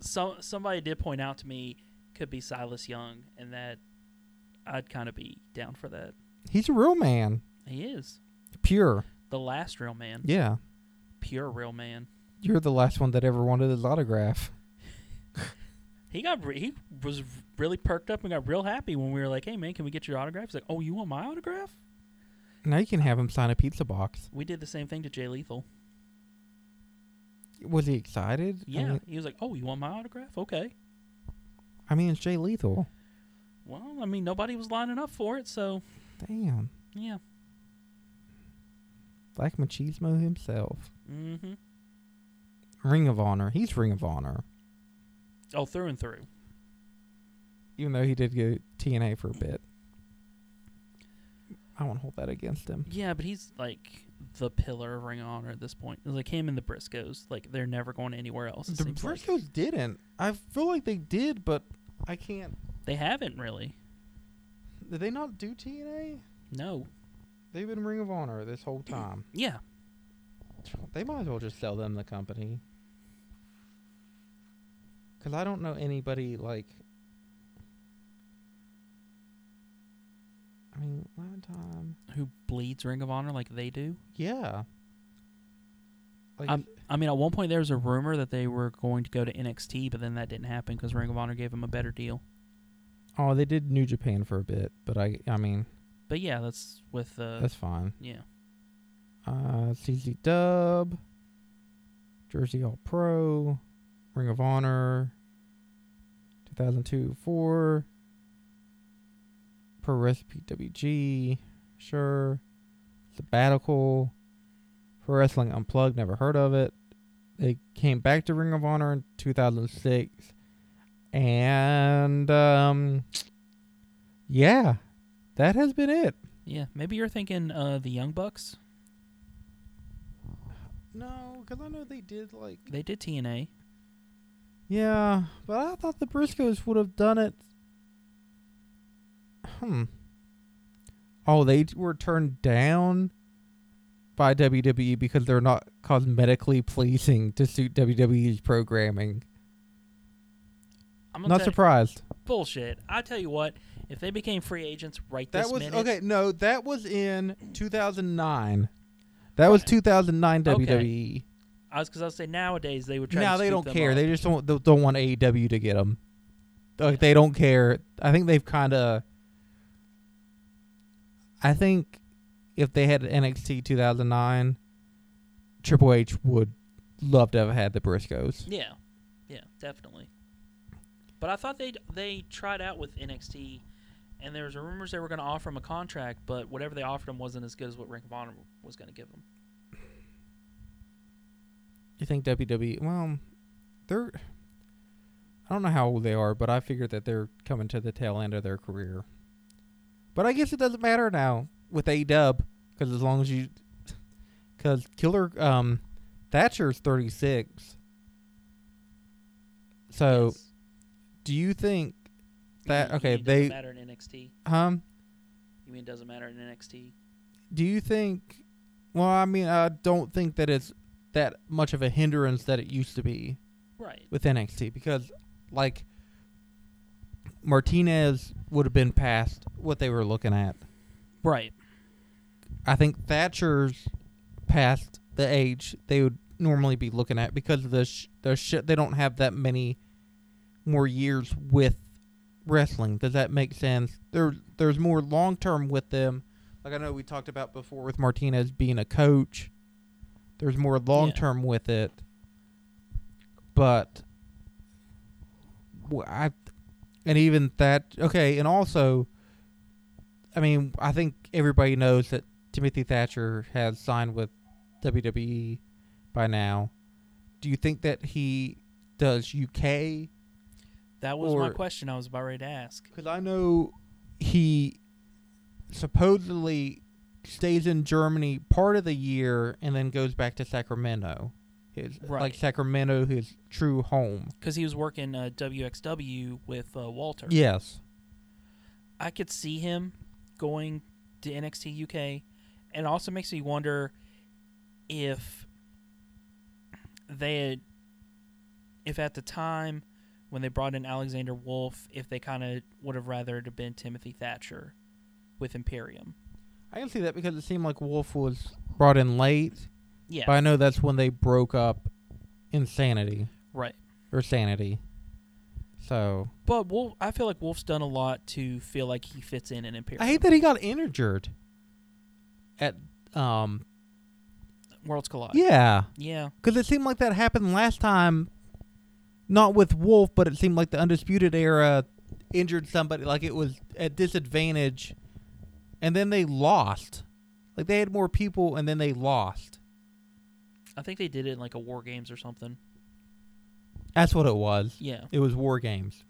B: so somebody did point out to me could be Silas Young, and that I'd kind of be down for that.
A: He's a real man,
B: He is
A: pure.
B: the last real man,
A: Yeah,
B: pure real man.
A: you're the last one that ever wanted his autograph.
B: He got re- he was really perked up and got real happy when we were like, "Hey man, can we get your autograph?" He's like, "Oh, you want my autograph?"
A: Now you can have him sign a pizza box.
B: We did the same thing to Jay Lethal.
A: Was he excited? I
B: Yeah,
A: mean,
B: he was like, "Oh, you want my autograph? Okay."
A: I mean it's Jay Lethal.
B: Well, I mean, nobody was lining up for it, so
A: Damn,
B: yeah.
A: Black Machismo himself.
B: Mm-hmm.
A: Ring of Honor. He's Ring of Honor.
B: Oh, through and through.
A: even though he did go TNA for a bit. I won't hold that against him.
B: Yeah, but he's like the pillar of Ring of Honor at this point. Like him and the Briscoes, like they're never going anywhere else. It
A: The
B: seems like.
A: Briscoes didn't. I feel like they did, but I can't.
B: They haven't really.
A: Did they not do TNA?
B: No.
A: They've been Ring of Honor this whole time.
B: Yeah.
A: They might as well just sell them the company. Because I don't know anybody like I mean, Lemon Time.
B: who bleeds Ring of Honor like they do.
A: Yeah. Like,
B: I mean, at one point there was a rumor that they were going to go to NXT, but then that didn't happen because Ring of Honor gave him a better deal.
A: oh, they did New Japan for a bit, but I, I mean,
B: But yeah, that's with uh,
A: that's fine.
B: yeah.
A: Uh, CZ Dub, Jersey All Pro, Ring of Honor, 2002 4, Pro Recipe WG, sure, Sabbatical, Pro Wrestling Unplugged, never heard of it. They came back to Ring of Honor in 2006, and um, yeah, that has been it.
B: Yeah, maybe you're thinking uh, the Young Bucks.
A: No, because I know they did like
B: They did TNA.
A: Yeah, but I thought the Briscoes would have done it. Hmm. Oh, they t- were turned down by WWE because they're not cosmetically pleasing to suit WWE's programming.
B: I'm
A: not
B: tell-
A: surprised.
B: bullshit. I tell you what, if they became free agents right
A: That
B: this
A: was
B: minute,
A: okay. No, that was in 2009. That was 2009
B: Okay.
A: WWE.
B: I was because I was say nowadays they would try.
A: Now
B: to
A: they
B: scoop
A: don't
B: them
A: care.
B: up.
A: They just don't they don't want AEW to get them. Like
B: Yeah.
A: they don't care. I think they've kind of. I think if they had NXT 2009, Triple H would love to have had the Briscoes.
B: Yeah, yeah, definitely. But I thought they they tried out with NXT, and there was rumors they were going to offer him a contract, but whatever they offered him wasn't as good as what Ring of Honor was going to give him.
A: You think WWE? Well, they're. I don't know how old they are, but I figured that they're coming to the tail end of their career. But I guess it doesn't matter now with A Dub because as long as you, because Killer um, Thatcher's thirty six. So
B: Yes.
A: do you think Oh, that
B: You mean- you
A: okay
B: mean it doesn't
A: they
B: matter in NXT.
A: um
B: You mean it doesn't matter in NXT?
A: do you think well i mean i don't think that it's that much of a hindrance that it used to be
B: Right.
A: with nxt because like martinez would have been past what they were looking at
B: Right.
A: i think thatcher's past the age they would normally be looking at because of the sh- the shit they don't have that many more years with wrestling does that make sense there there's more long term with them like i know we talked about before with martinez being a coach there's more long term with it but wh- i and even that okay and also i mean i think everybody knows that timothy thatcher has signed with wwe E by now do you think that he does uk
B: That was my
A: Or-
B: question. I was about ready to ask.
A: because I know he supposedly stays in Germany part of the year and then goes back to Sacramento. His like
B: Right.
A: Sacramento, his true home.
B: Because he was working uh, WXW with uh, Walter.
A: Yes.
B: I could see him going to NXT UK, and it also makes me wonder if they had, if at the time when they brought in Alexander Wolf, if they kind of would have rather it have been Timothy Thatcher with Imperium.
A: I can see that because it seemed like Wolf was brought in late,
B: Yeah,
A: but I know that's when they broke up Insanity
B: right.
A: or Sanity. So
B: But Wolf, I feel like Wolf's done a lot to feel like he fits in in Imperium.
A: I hate that he got injured at um
B: Worlds Collide.
A: yeah.
B: yeah,
A: Because it seemed like that happened last time, not with Wolf, but it seemed like the Undisputed Era injured somebody, like it was at disadvantage, and then they lost. Like they had more people, and then they lost.
B: I think they did it in like a War Games or something.
A: That's what it was.
B: Yeah.
A: It was War Games.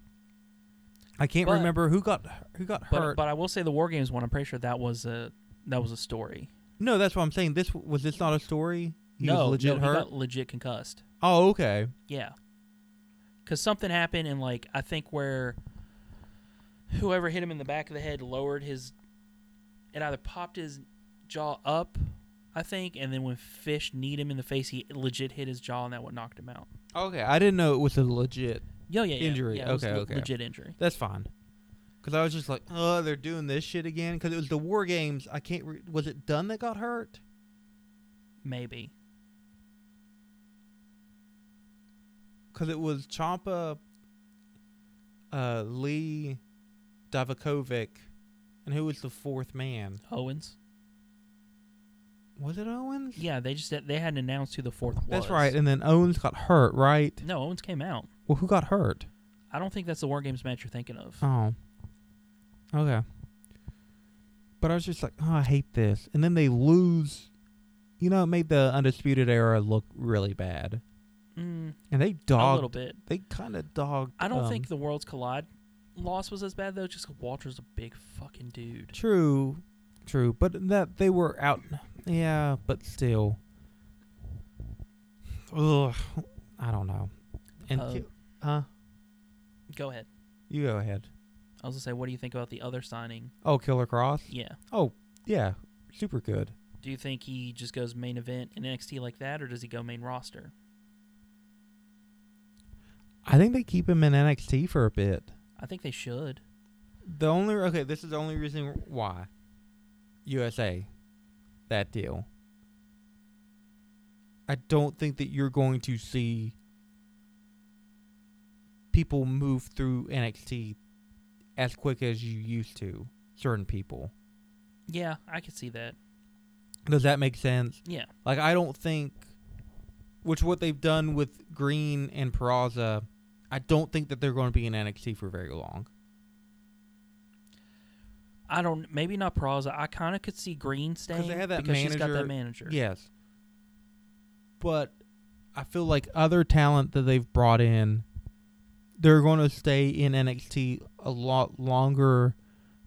A: I can't
B: But-
A: remember who got who got
B: But,
A: hurt.
B: but I will say the War Games one. I'm pretty sure that was a that was a story.
A: no, that's what I'm saying. This was this not a story. He
B: no,
A: was legit
B: no, he
A: hurt.
B: got legit concussed.
A: oh, okay.
B: Yeah, because something happened and like I think where whoever hit him in the back of the head lowered his, it either popped his jaw up, I think, and then when Fish kneed him in the face, he legit hit his jaw and that what knocked him out.
A: Okay, I didn't know it was a legit.
B: Yeah, yeah, yeah.
A: Injury,
B: Yeah, it was
A: okay,
B: le-
A: okay.
B: Legit injury.
A: That's fine. Because I was just like, oh, they're doing this shit again. Because it was the War Games. I can't. Re- was it Dunn that got hurt?
B: Maybe.
A: Because it was Champa, uh, Lee, Davakovic, and who was the fourth man?
B: Owens.
A: Was it Owens?
B: Yeah, they just they hadn't announced who the fourth was.
A: That's right. And then Owens got hurt, right?
B: No, Owens came out.
A: Well, who got hurt?
B: I don't think that's the War Games match you're thinking of.
A: Oh. Okay. But I was just like, oh, I hate this. And then they lose. You know, it made the Undisputed Era look really bad.
B: Mm,
A: And they
B: a little
A: dogged.
B: bit.
A: They kind of dogged.
B: I don't
A: um,
B: think the Worlds Collide loss was as bad though, just 'cause Walter's a big fucking dude.
A: True. True. But that they were out. Yeah, but still. Ugh. I don't know. And.
B: Uh,
A: ki- huh?
B: Go ahead.
A: You go ahead.
B: I was gonna say, what do you think about the other signing?
A: Oh, Killer Cross?
B: Yeah.
A: Oh, yeah. Super good.
B: Do you think he just goes main event in NXT like that, or does he go main roster?
A: I think they keep him in NXT for a bit.
B: I think they should.
A: The only okay, this is the only reason why USA that deal. I don't think that you're going to see people move through NXT as quick as you used to. Certain people.
B: Yeah, I could see that.
A: Does that make sense?
B: Yeah.
A: Like I don't think, which what they've done with Green and Peraza, I don't think that they're going to be in NXT for very long.
B: I don't. Maybe not Peraza. I kind of could see Green staying
A: had that
B: because she's got
A: manager-
B: that manager.
A: Yes. But I feel like other talent that they've brought in, they're going to stay in NXT a lot longer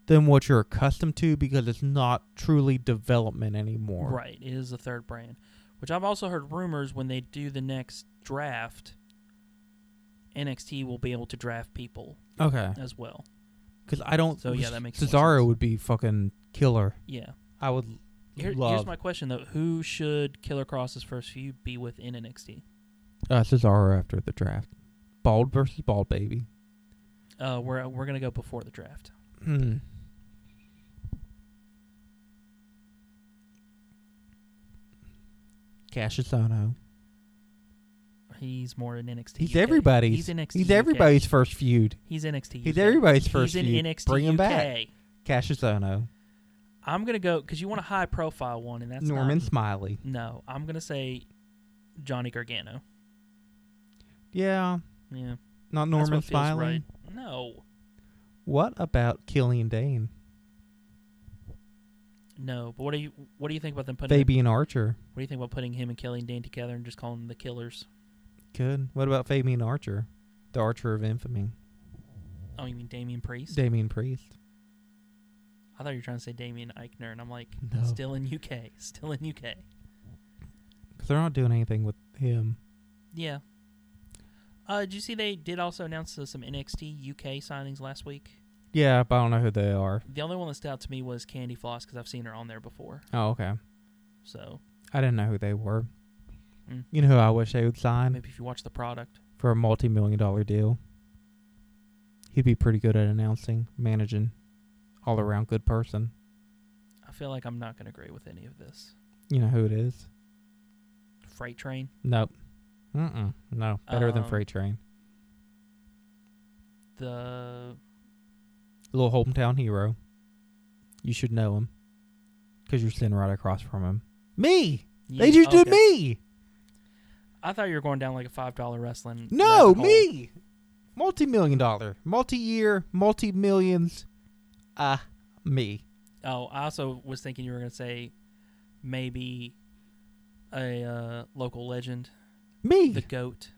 A: than what you're accustomed to because it's not truly development anymore.
B: Right. It is the third brand, which I've also heard rumors when they do the next draft, NXT will be able to draft people
A: Okay.
B: as well.
A: Because I don't.
B: So, yeah, that makes more
A: Cesaro
B: sense.
A: would be fucking killer.
B: Yeah.
A: I would
B: Here- here's
A: love
B: my question though: Who should Killer Cross's first few be with in NXT?
A: uh, Cesaro after the draft. Bald versus bald baby.
B: Uh, we're we're gonna go before the draft.
A: Hmm. Cassius Ohno.
B: He's more in NXT.
A: He's
B: UK.
A: everybody's.
B: He's NXT.
A: He's
B: UK.
A: everybody's first feud.
B: He's NXT.
A: He's
B: UK.
A: everybody's
B: He's
A: first
B: in
A: feud.
B: NXT.
A: Bring him back.
B: UK.
A: Cassius Ohno.
B: I'm gonna go because you want a high profile one, and that's
A: Norman
B: Not,
A: Smiley.
B: no, I'm gonna say Johnny Gargano.
A: Yeah,
B: Yeah,
A: not
B: that's
A: Norman
B: what feels
A: Smiley.
B: right. No,
A: What about Killian Dane?
B: no. But what do you what do you think about them putting?
A: Fabian Archer.
B: What do you think about putting him and Kelly and Dane together and just calling them the Killers?
A: Good. What about Fabian Archer? The Archer of Infamy.
B: Oh, you mean Damian Priest?
A: Damien Priest.
B: I thought you were trying to say Damian Eichner, and I'm like,
A: No.
B: still in UK, still in UK.
A: Because they're not doing anything with him.
B: Yeah. Uh, did you see they did also announce uh, some NXT UK signings last week?
A: Yeah, but I don't know who they are.
B: The only one that stood out to me was Candy Floss because I've seen her on there before.
A: Oh, okay.
B: So
A: I didn't know who they were.
B: Mm.
A: You know who I wish they would sign
B: maybe if you watch the product,
A: for a multi million dollar deal? He'd be pretty good at announcing, managing, all around good person.
B: I feel like I'm not going to agree with any of this.
A: You know who it is?
B: Freight Train.
A: Nope. Mm-mm. No. Better than
B: Um,
A: Freight Train.
B: The
A: Little hometown hero. You should know him. Because you're sitting right across from him. Me! They
B: Yeah,
A: just did
B: okay.
A: me!
B: I thought you were going down like a five dollar wrestling.
A: No,
B: rabbit hole.
A: me! Multi million dollar, multi year, multi millions. Ah, me.
B: Oh, I also was thinking you were going to say maybe a uh, local legend,
A: Me.
B: the goat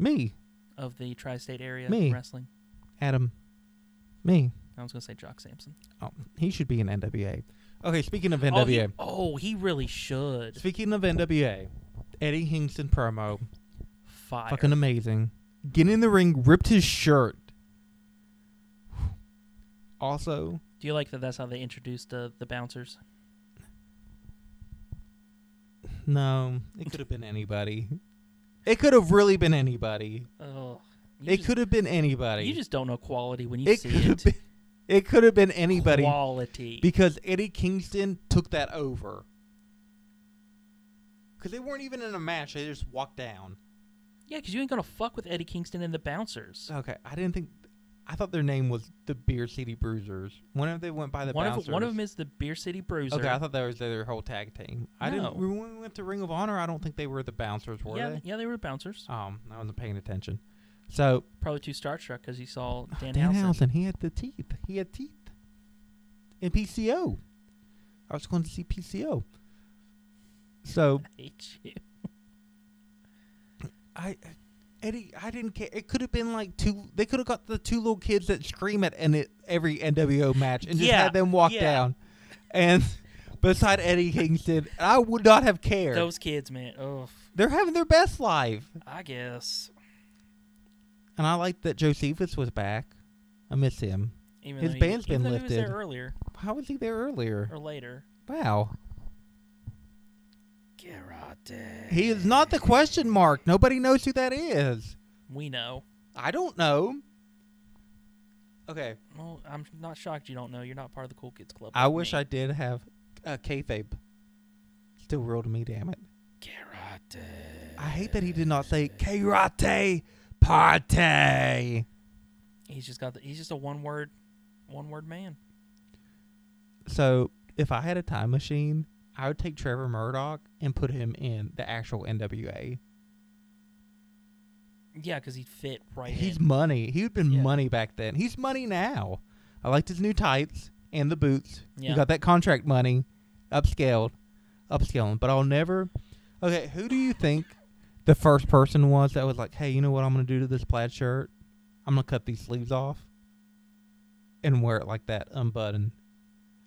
A: me.
B: of the tri-state area
A: Me.
B: in wrestling.
A: Adam. Me.
B: I was going to say Jock Sampson.
A: Oh, he should be in NWA. Okay, speaking of
B: Oh, he,
A: NWA.
B: oh, he really should.
A: speaking of NWA, Eddie Kingston promo.
B: Fire.
A: Fucking amazing. Getting in the ring, ripped his shirt. Also,
B: Do you like that? That's how they introduced uh, the bouncers.
A: no, it could have been anybody. It could have really been anybody.
B: Oh,
A: it could have been anybody.
B: You just don't know quality when you
A: it
B: see
A: could have
B: it.
A: been. It could have been anybody
B: Quality.
A: because Eddie Kingston took that over. Because they weren't even in a match; they just walked down.
B: yeah, because you ain't gonna fuck with Eddie Kingston and the Bouncers.
A: Okay, I didn't think. I thought their name was the Beer City Bruisers. One of they went by the
B: one
A: Bouncers.
B: of one of them is the Beer City Bruiser.
A: Okay, I thought that was their whole tag team. I
B: No.
A: didn't. When we went to Ring of Honor, I don't think they were the Bouncers, were
B: yeah,
A: they?
B: yeah, they were Bouncers.
A: Um, I wasn't paying attention. So
B: Probably too starstruck because he saw Dan,
A: Oh, Dan
B: Housen. <laughs>
A: Housen, he had the teeth. He had teeth. And PCO. I was going to see PCO. So
B: I hate you.
A: I, Eddie, I didn't care. It could have been like two. They could have got the two little kids that scream at and it, every NWO match and just
B: Yeah,
A: had them walk
B: yeah.
A: down. And <laughs> beside Eddie Kingston, I would not have cared.
B: Those kids, man. Oh,
A: They're having their best life.
B: I guess.
A: And I like that Josephus was back. I miss him.
B: Even
A: His
B: though he-
A: band's been
B: even though He was
A: lifted.
B: there earlier
A: How was he there earlier?
B: or later.
A: Wow.
B: Garate.
A: He is not the question mark. Nobody knows who that is.
B: We know.
A: I don't know. Okay.
B: Well, I'm not shocked you don't know. You're not part of the cool kids club.
A: I wish I did have a kayfabe. Still real to me, damn it.
B: Garate.
A: I hate that he did not say karate party.
B: He's just got. The, he's just a one word, one word man.
A: So, if I had a time machine, I would take Trevor Murdoch and put him in the actual NWA.
B: Yeah, because he'd fit right
A: He's
B: in.
A: money. He would been
B: Yeah.
A: money back then. He's money now. I liked his new tights and the boots.
B: Yeah.
A: You got that contract money, upscaled, upscaling. But I'll never. Okay, who do you think the first person was that was like, hey, you know what I'm gonna do to this plaid shirt? I'm gonna cut these sleeves off and wear it like that, unbuttoned.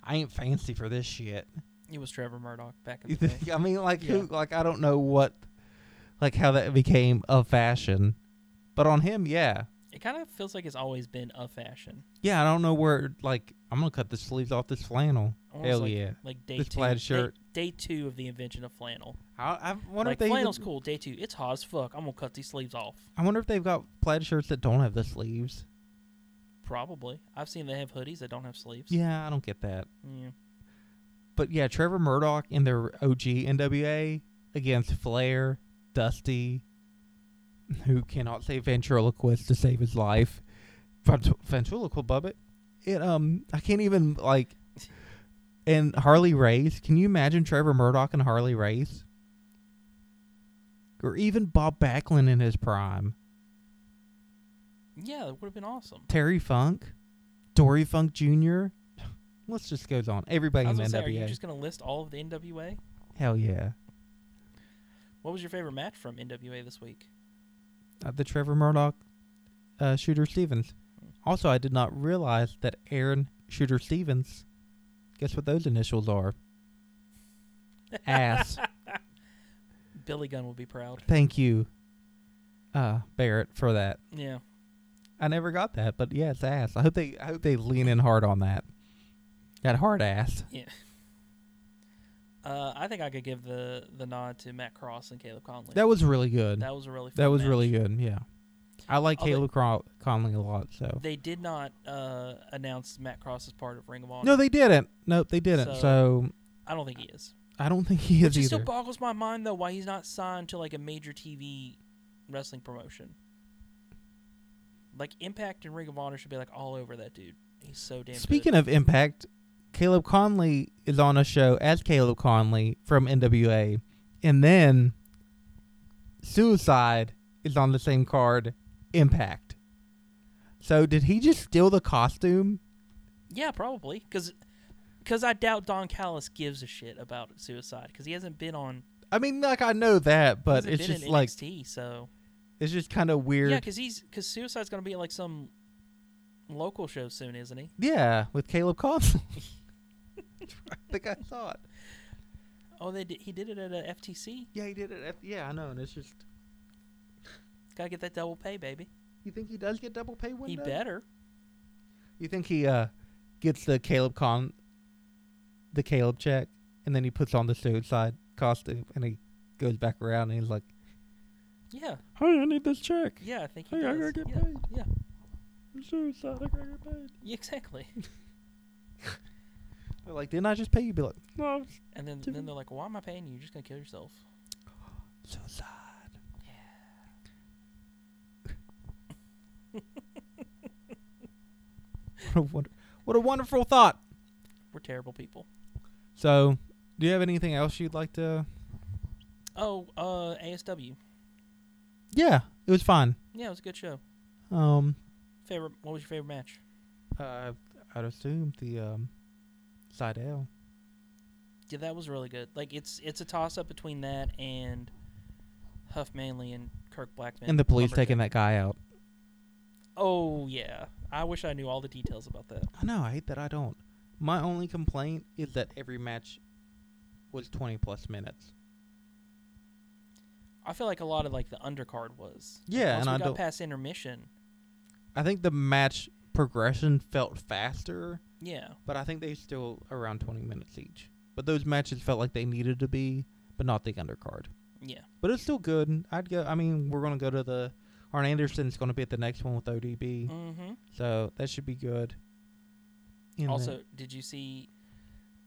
A: I ain't fancy for this shit. <laughs>
B: It was Trevor Murdoch back in
A: You
B: the day.
A: think? I mean, like
B: Yeah.
A: who? Like I don't know what, like how that became a fashion, but on him, yeah.
B: It kind of feels like it's always been a fashion.
A: Yeah, I don't know where. Like, I'm gonna cut the sleeves off this flannel.
B: Almost
A: Hell
B: like,
A: yeah!
B: Like day
A: This
B: two,
A: plaid
B: day-
A: shirt.
B: Day, two of the invention of flannel.
A: I, I wonder
B: like
A: if they.
B: flannel's cool. Day two, it's hot as fuck. I'm gonna cut these sleeves off.
A: I wonder if they've got plaid shirts that don't have the sleeves.
B: Probably. I've seen they have hoodies that don't have sleeves. Mm.
A: Yeah, I don't get that.
B: Yeah.
A: But yeah, Trevor Murdoch in their OG NWA against Flair, Dusty, who cannot say ventriloquist to save his life. Vent- ventriloquial puppet. It um, I can't even like. And Harley Race. Can you imagine Trevor Murdoch and Harley Race? Or even Bob Backlund in his prime.
B: Yeah, that would have been awesome.
A: Terry Funk, Dory Funk Jr. Let's just goes on. Everybody
B: I
A: in
B: was
A: NWA.
B: gonna say, are you just gonna list all of the NWA?
A: Hell yeah.
B: What was your favorite match from NWA this week?
A: uh, the Trevor Murdoch uh, Shooter Stevens. Also, I did not realize that Aaron Shooter Stevens. Guess what those initials are?
B: <laughs>
A: Ass.
B: Billy Gunn will be proud.
A: Thank you, uh, Barrett, for that.
B: Yeah.
A: I never got that, but yeah, it's ass. I hope they I hope they lean in hard on that. That hard ass.
B: Uh, I think I could give the the nod to Matt Cross and Caleb Conley.
A: That was really good. That,
B: That was a really fun
A: was
B: match.
A: really good. Yeah, I like
B: Although-
A: Caleb Cron- Conley a lot. So
B: They did not uh, announce Matt Cross as part of Ring of Honor.
A: no, they didn't. Nope, they didn't.
B: So-
A: So,
B: I don't think he is.
A: I don't think he is
B: Which
A: either.
B: still boggles my mind though why he's not signed to like a major TV wrestling promotion. Like Impact and Ring of Honor should be like all over that dude. He's so damn. good.
A: Speaking of impact, Caleb Conley is on a show as Caleb Conley from NWA, and then Suicide is on the same card, Impact. So did he just steal the costume?
B: yeah, probably because because I doubt Don Callis gives a shit about suicide because he hasn't been on.
A: I mean, like I know that, but
B: he hasn't
A: it's
B: been
A: just
B: in
A: like
B: NXT, so
A: it's just kind of weird.
B: yeah, because he's because suicide's gonna be at like some local show soon, isn't he?
A: Yeah, with Caleb
B: <laughs>
A: Conley. <laughs> I think I saw it.
B: Oh, they did, he did it at a FTC.
A: Yeah, he did it. At, yeah, I know, and it's just
B: Gotta get that double pay, baby.
A: you think he does get double pay one
B: He
A: day?
B: better.
A: You think he uh gets the Caleb con the Caleb check and then he puts on the suicide costume and he goes back around and he's like,
B: Yeah,
A: Hey, I need this check.
B: yeah, I think he
A: Hey, I
B: does.
A: gotta get
B: yeah,
A: paid.
B: yeah.
A: Suicide Gregor Page.
B: <laughs> Exactly.
A: They're like, didn't I just pay you? Be like, no,
B: And then,
A: Dude.
B: then they're like, why am I paying you? You're just going to kill yourself.
A: suicide. <laughs> what a wonder, what a wonderful thought.
B: We're terrible people.
A: So, do you have anything else you'd like to?
B: Oh, uh, ASW.
A: Yeah, it was fun.
B: Yeah, it was a good show.
A: Um,
B: Favorite? What was your favorite match?
A: uh, I'd assume the um, side L.
B: Yeah, that was really good. Like it's it's a toss up between that and Huff Manley and Kirk Blackman.
A: and the police
B: Lumberjack.
A: taking that guy out.
B: Oh yeah, I wish I knew all the details about that.
A: I know. I hate that I don't. My only complaint is that every match was twenty plus minutes.
B: I feel like a lot of like the undercard was. Like,
A: Yeah, and
B: once we
A: I
B: got
A: don't-
B: past intermission.
A: I think the match progression felt faster,
B: Yeah,
A: but I think they still around twenty minutes each. But those matches felt like they needed to be, but not the undercard.
B: yeah,
A: But it's still good. I'd go. I mean, we're gonna go to the. Arn Anderson's gonna be at the next one with ODB,
B: mm-hmm.
A: so that should be good. And then-
B: Also, did you see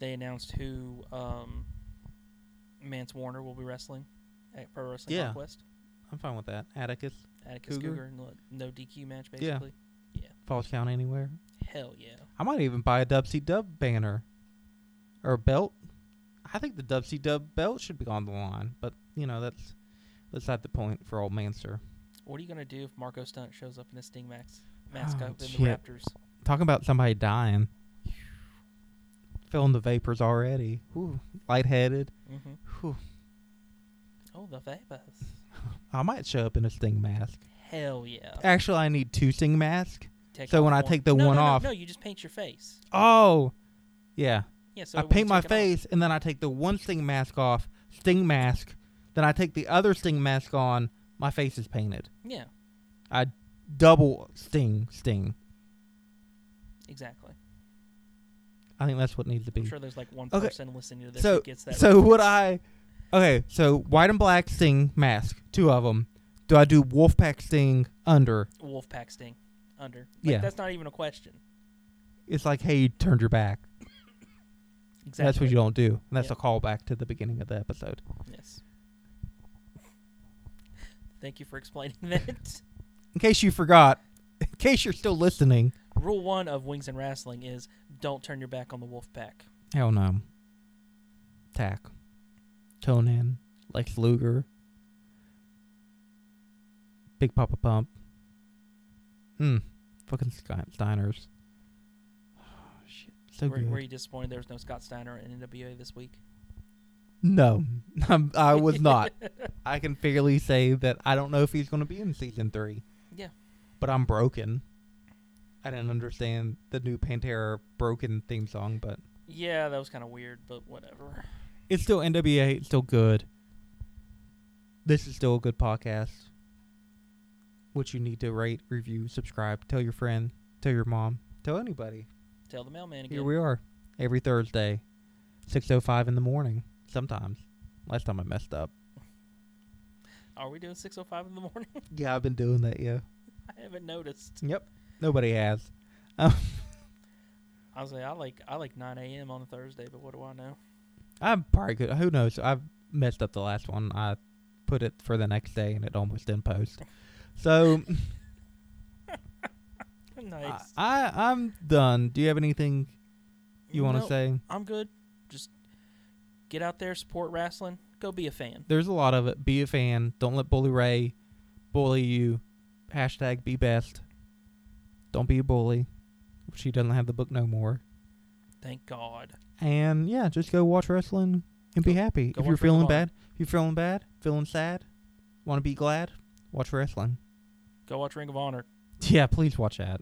B: they announced who um, Mance Warner will be wrestling at Pro Wrestling
A: Yeah.
B: Conquest?
A: I'm fine with that. Atticus,
B: Atticus
A: Cougar?
B: Cougar, and the no DQ match
A: Yeah.
B: basically.
A: Falls Count Anywhere.
B: Hell yeah.
A: I might even buy a Dub C Dub banner or belt. I think the Dub C Dub belt should be on the line, but you know that's that's not the point for old Manster.
B: What are you gonna do if Marco Stunt shows up in a Sting Max mascot
A: Oh,
B: in the
A: shit.
B: Raptors?
A: Talking about somebody dying, feeling the vapors already. Whew, lightheaded.
B: Mm-hmm.
A: Whew.
B: Oh, the vapors.
A: I might show up in a sting mask.
B: Hell yeah.
A: Actually, I need two sting masks.
B: Take
A: so
B: off
A: when I take the
B: No,
A: one
B: no, no,
A: off-
B: no, you just paint your face.
A: Oh, yeah.
B: Yeah, so
A: I
B: when you
A: paint my
B: take it off-
A: face and then I take the one sting mask off, sting mask. Then I take the other sting mask on. My face is painted.
B: Yeah,
A: I double sting sting.
B: exactly.
A: I think that's what needs to
B: I'm
A: be.
B: sure there's like one
A: Okay.
B: person listening to this
A: So
B: that gets that.
A: so would
B: reference.
A: I? Okay, so white and black sting mask, two of them. Do I do Wolfpack sting under?
B: Wolfpack Sting under. Like,
A: Yeah.
B: that's not even a question.
A: It's like hey, you turned your back.
B: Exactly.
A: That's what you don't do. And that's
B: Yep.
A: a callback to the beginning of the episode.
B: Yes. Thank you for explaining <laughs> that.
A: In case you forgot, <laughs> in case you're still listening.
B: Rule one of Wings and Wrestling is don't turn your back on the Wolfpack.
A: Hell no. Tack. Conan. Lex Luger. Big Papa Pump. Hmm. Fucking Scott Steiners. <sighs> Shit. So
B: were,
A: good.
B: were you disappointed there was no Scott Steiner in NWA this week?
A: No, <laughs> I'm, I was not. I can fairly say that I don't know if he's going to be in season three.
B: Yeah.
A: But I'm broken. I didn't understand the new Pantera broken theme song, but
B: Yeah, that was kind of weird, but whatever.
A: it's still NWA. It's still good. This is still a good podcast. Which you need to rate, review, subscribe, tell your friend, tell your mom, tell anybody.
B: Tell the mailman again.
A: Here we are every Thursday, six oh five in the morning. Sometimes. Last time I messed up.
B: Are we doing 6:05 in the <laughs> morning?
A: <laughs> Yeah, I've been doing that. Yeah.
B: I haven't noticed.
A: Yep. Nobody has.
B: I was like, I like, I like 9 a.m. on a Thursday, but what do I know?
A: I'm probably good. Who knows? I've messed up the last one. I put it for the next day, and it almost didn't post. <laughs> So I,
B: nice.
A: I I'm done. Do you have anything you want to
B: No,
A: say?
B: I'm good. Just get out there, support wrestling. Go be a fan.
A: There's a lot of it. Be a fan. Don't let Bully Ray bully you. Hashtag be best. Don't be a bully. She doesn't have the book no more.
B: Thank God.
A: And yeah, just go watch wrestling and be
B: Go-
A: happy.
B: go
A: if you're
B: watch Ring of
A: feeling
B: Honor.
A: bad, if you're feeling bad, feeling sad, want to be glad, watch wrestling.
B: Go watch Ring of Honor.
A: <laughs> Yeah, please watch that.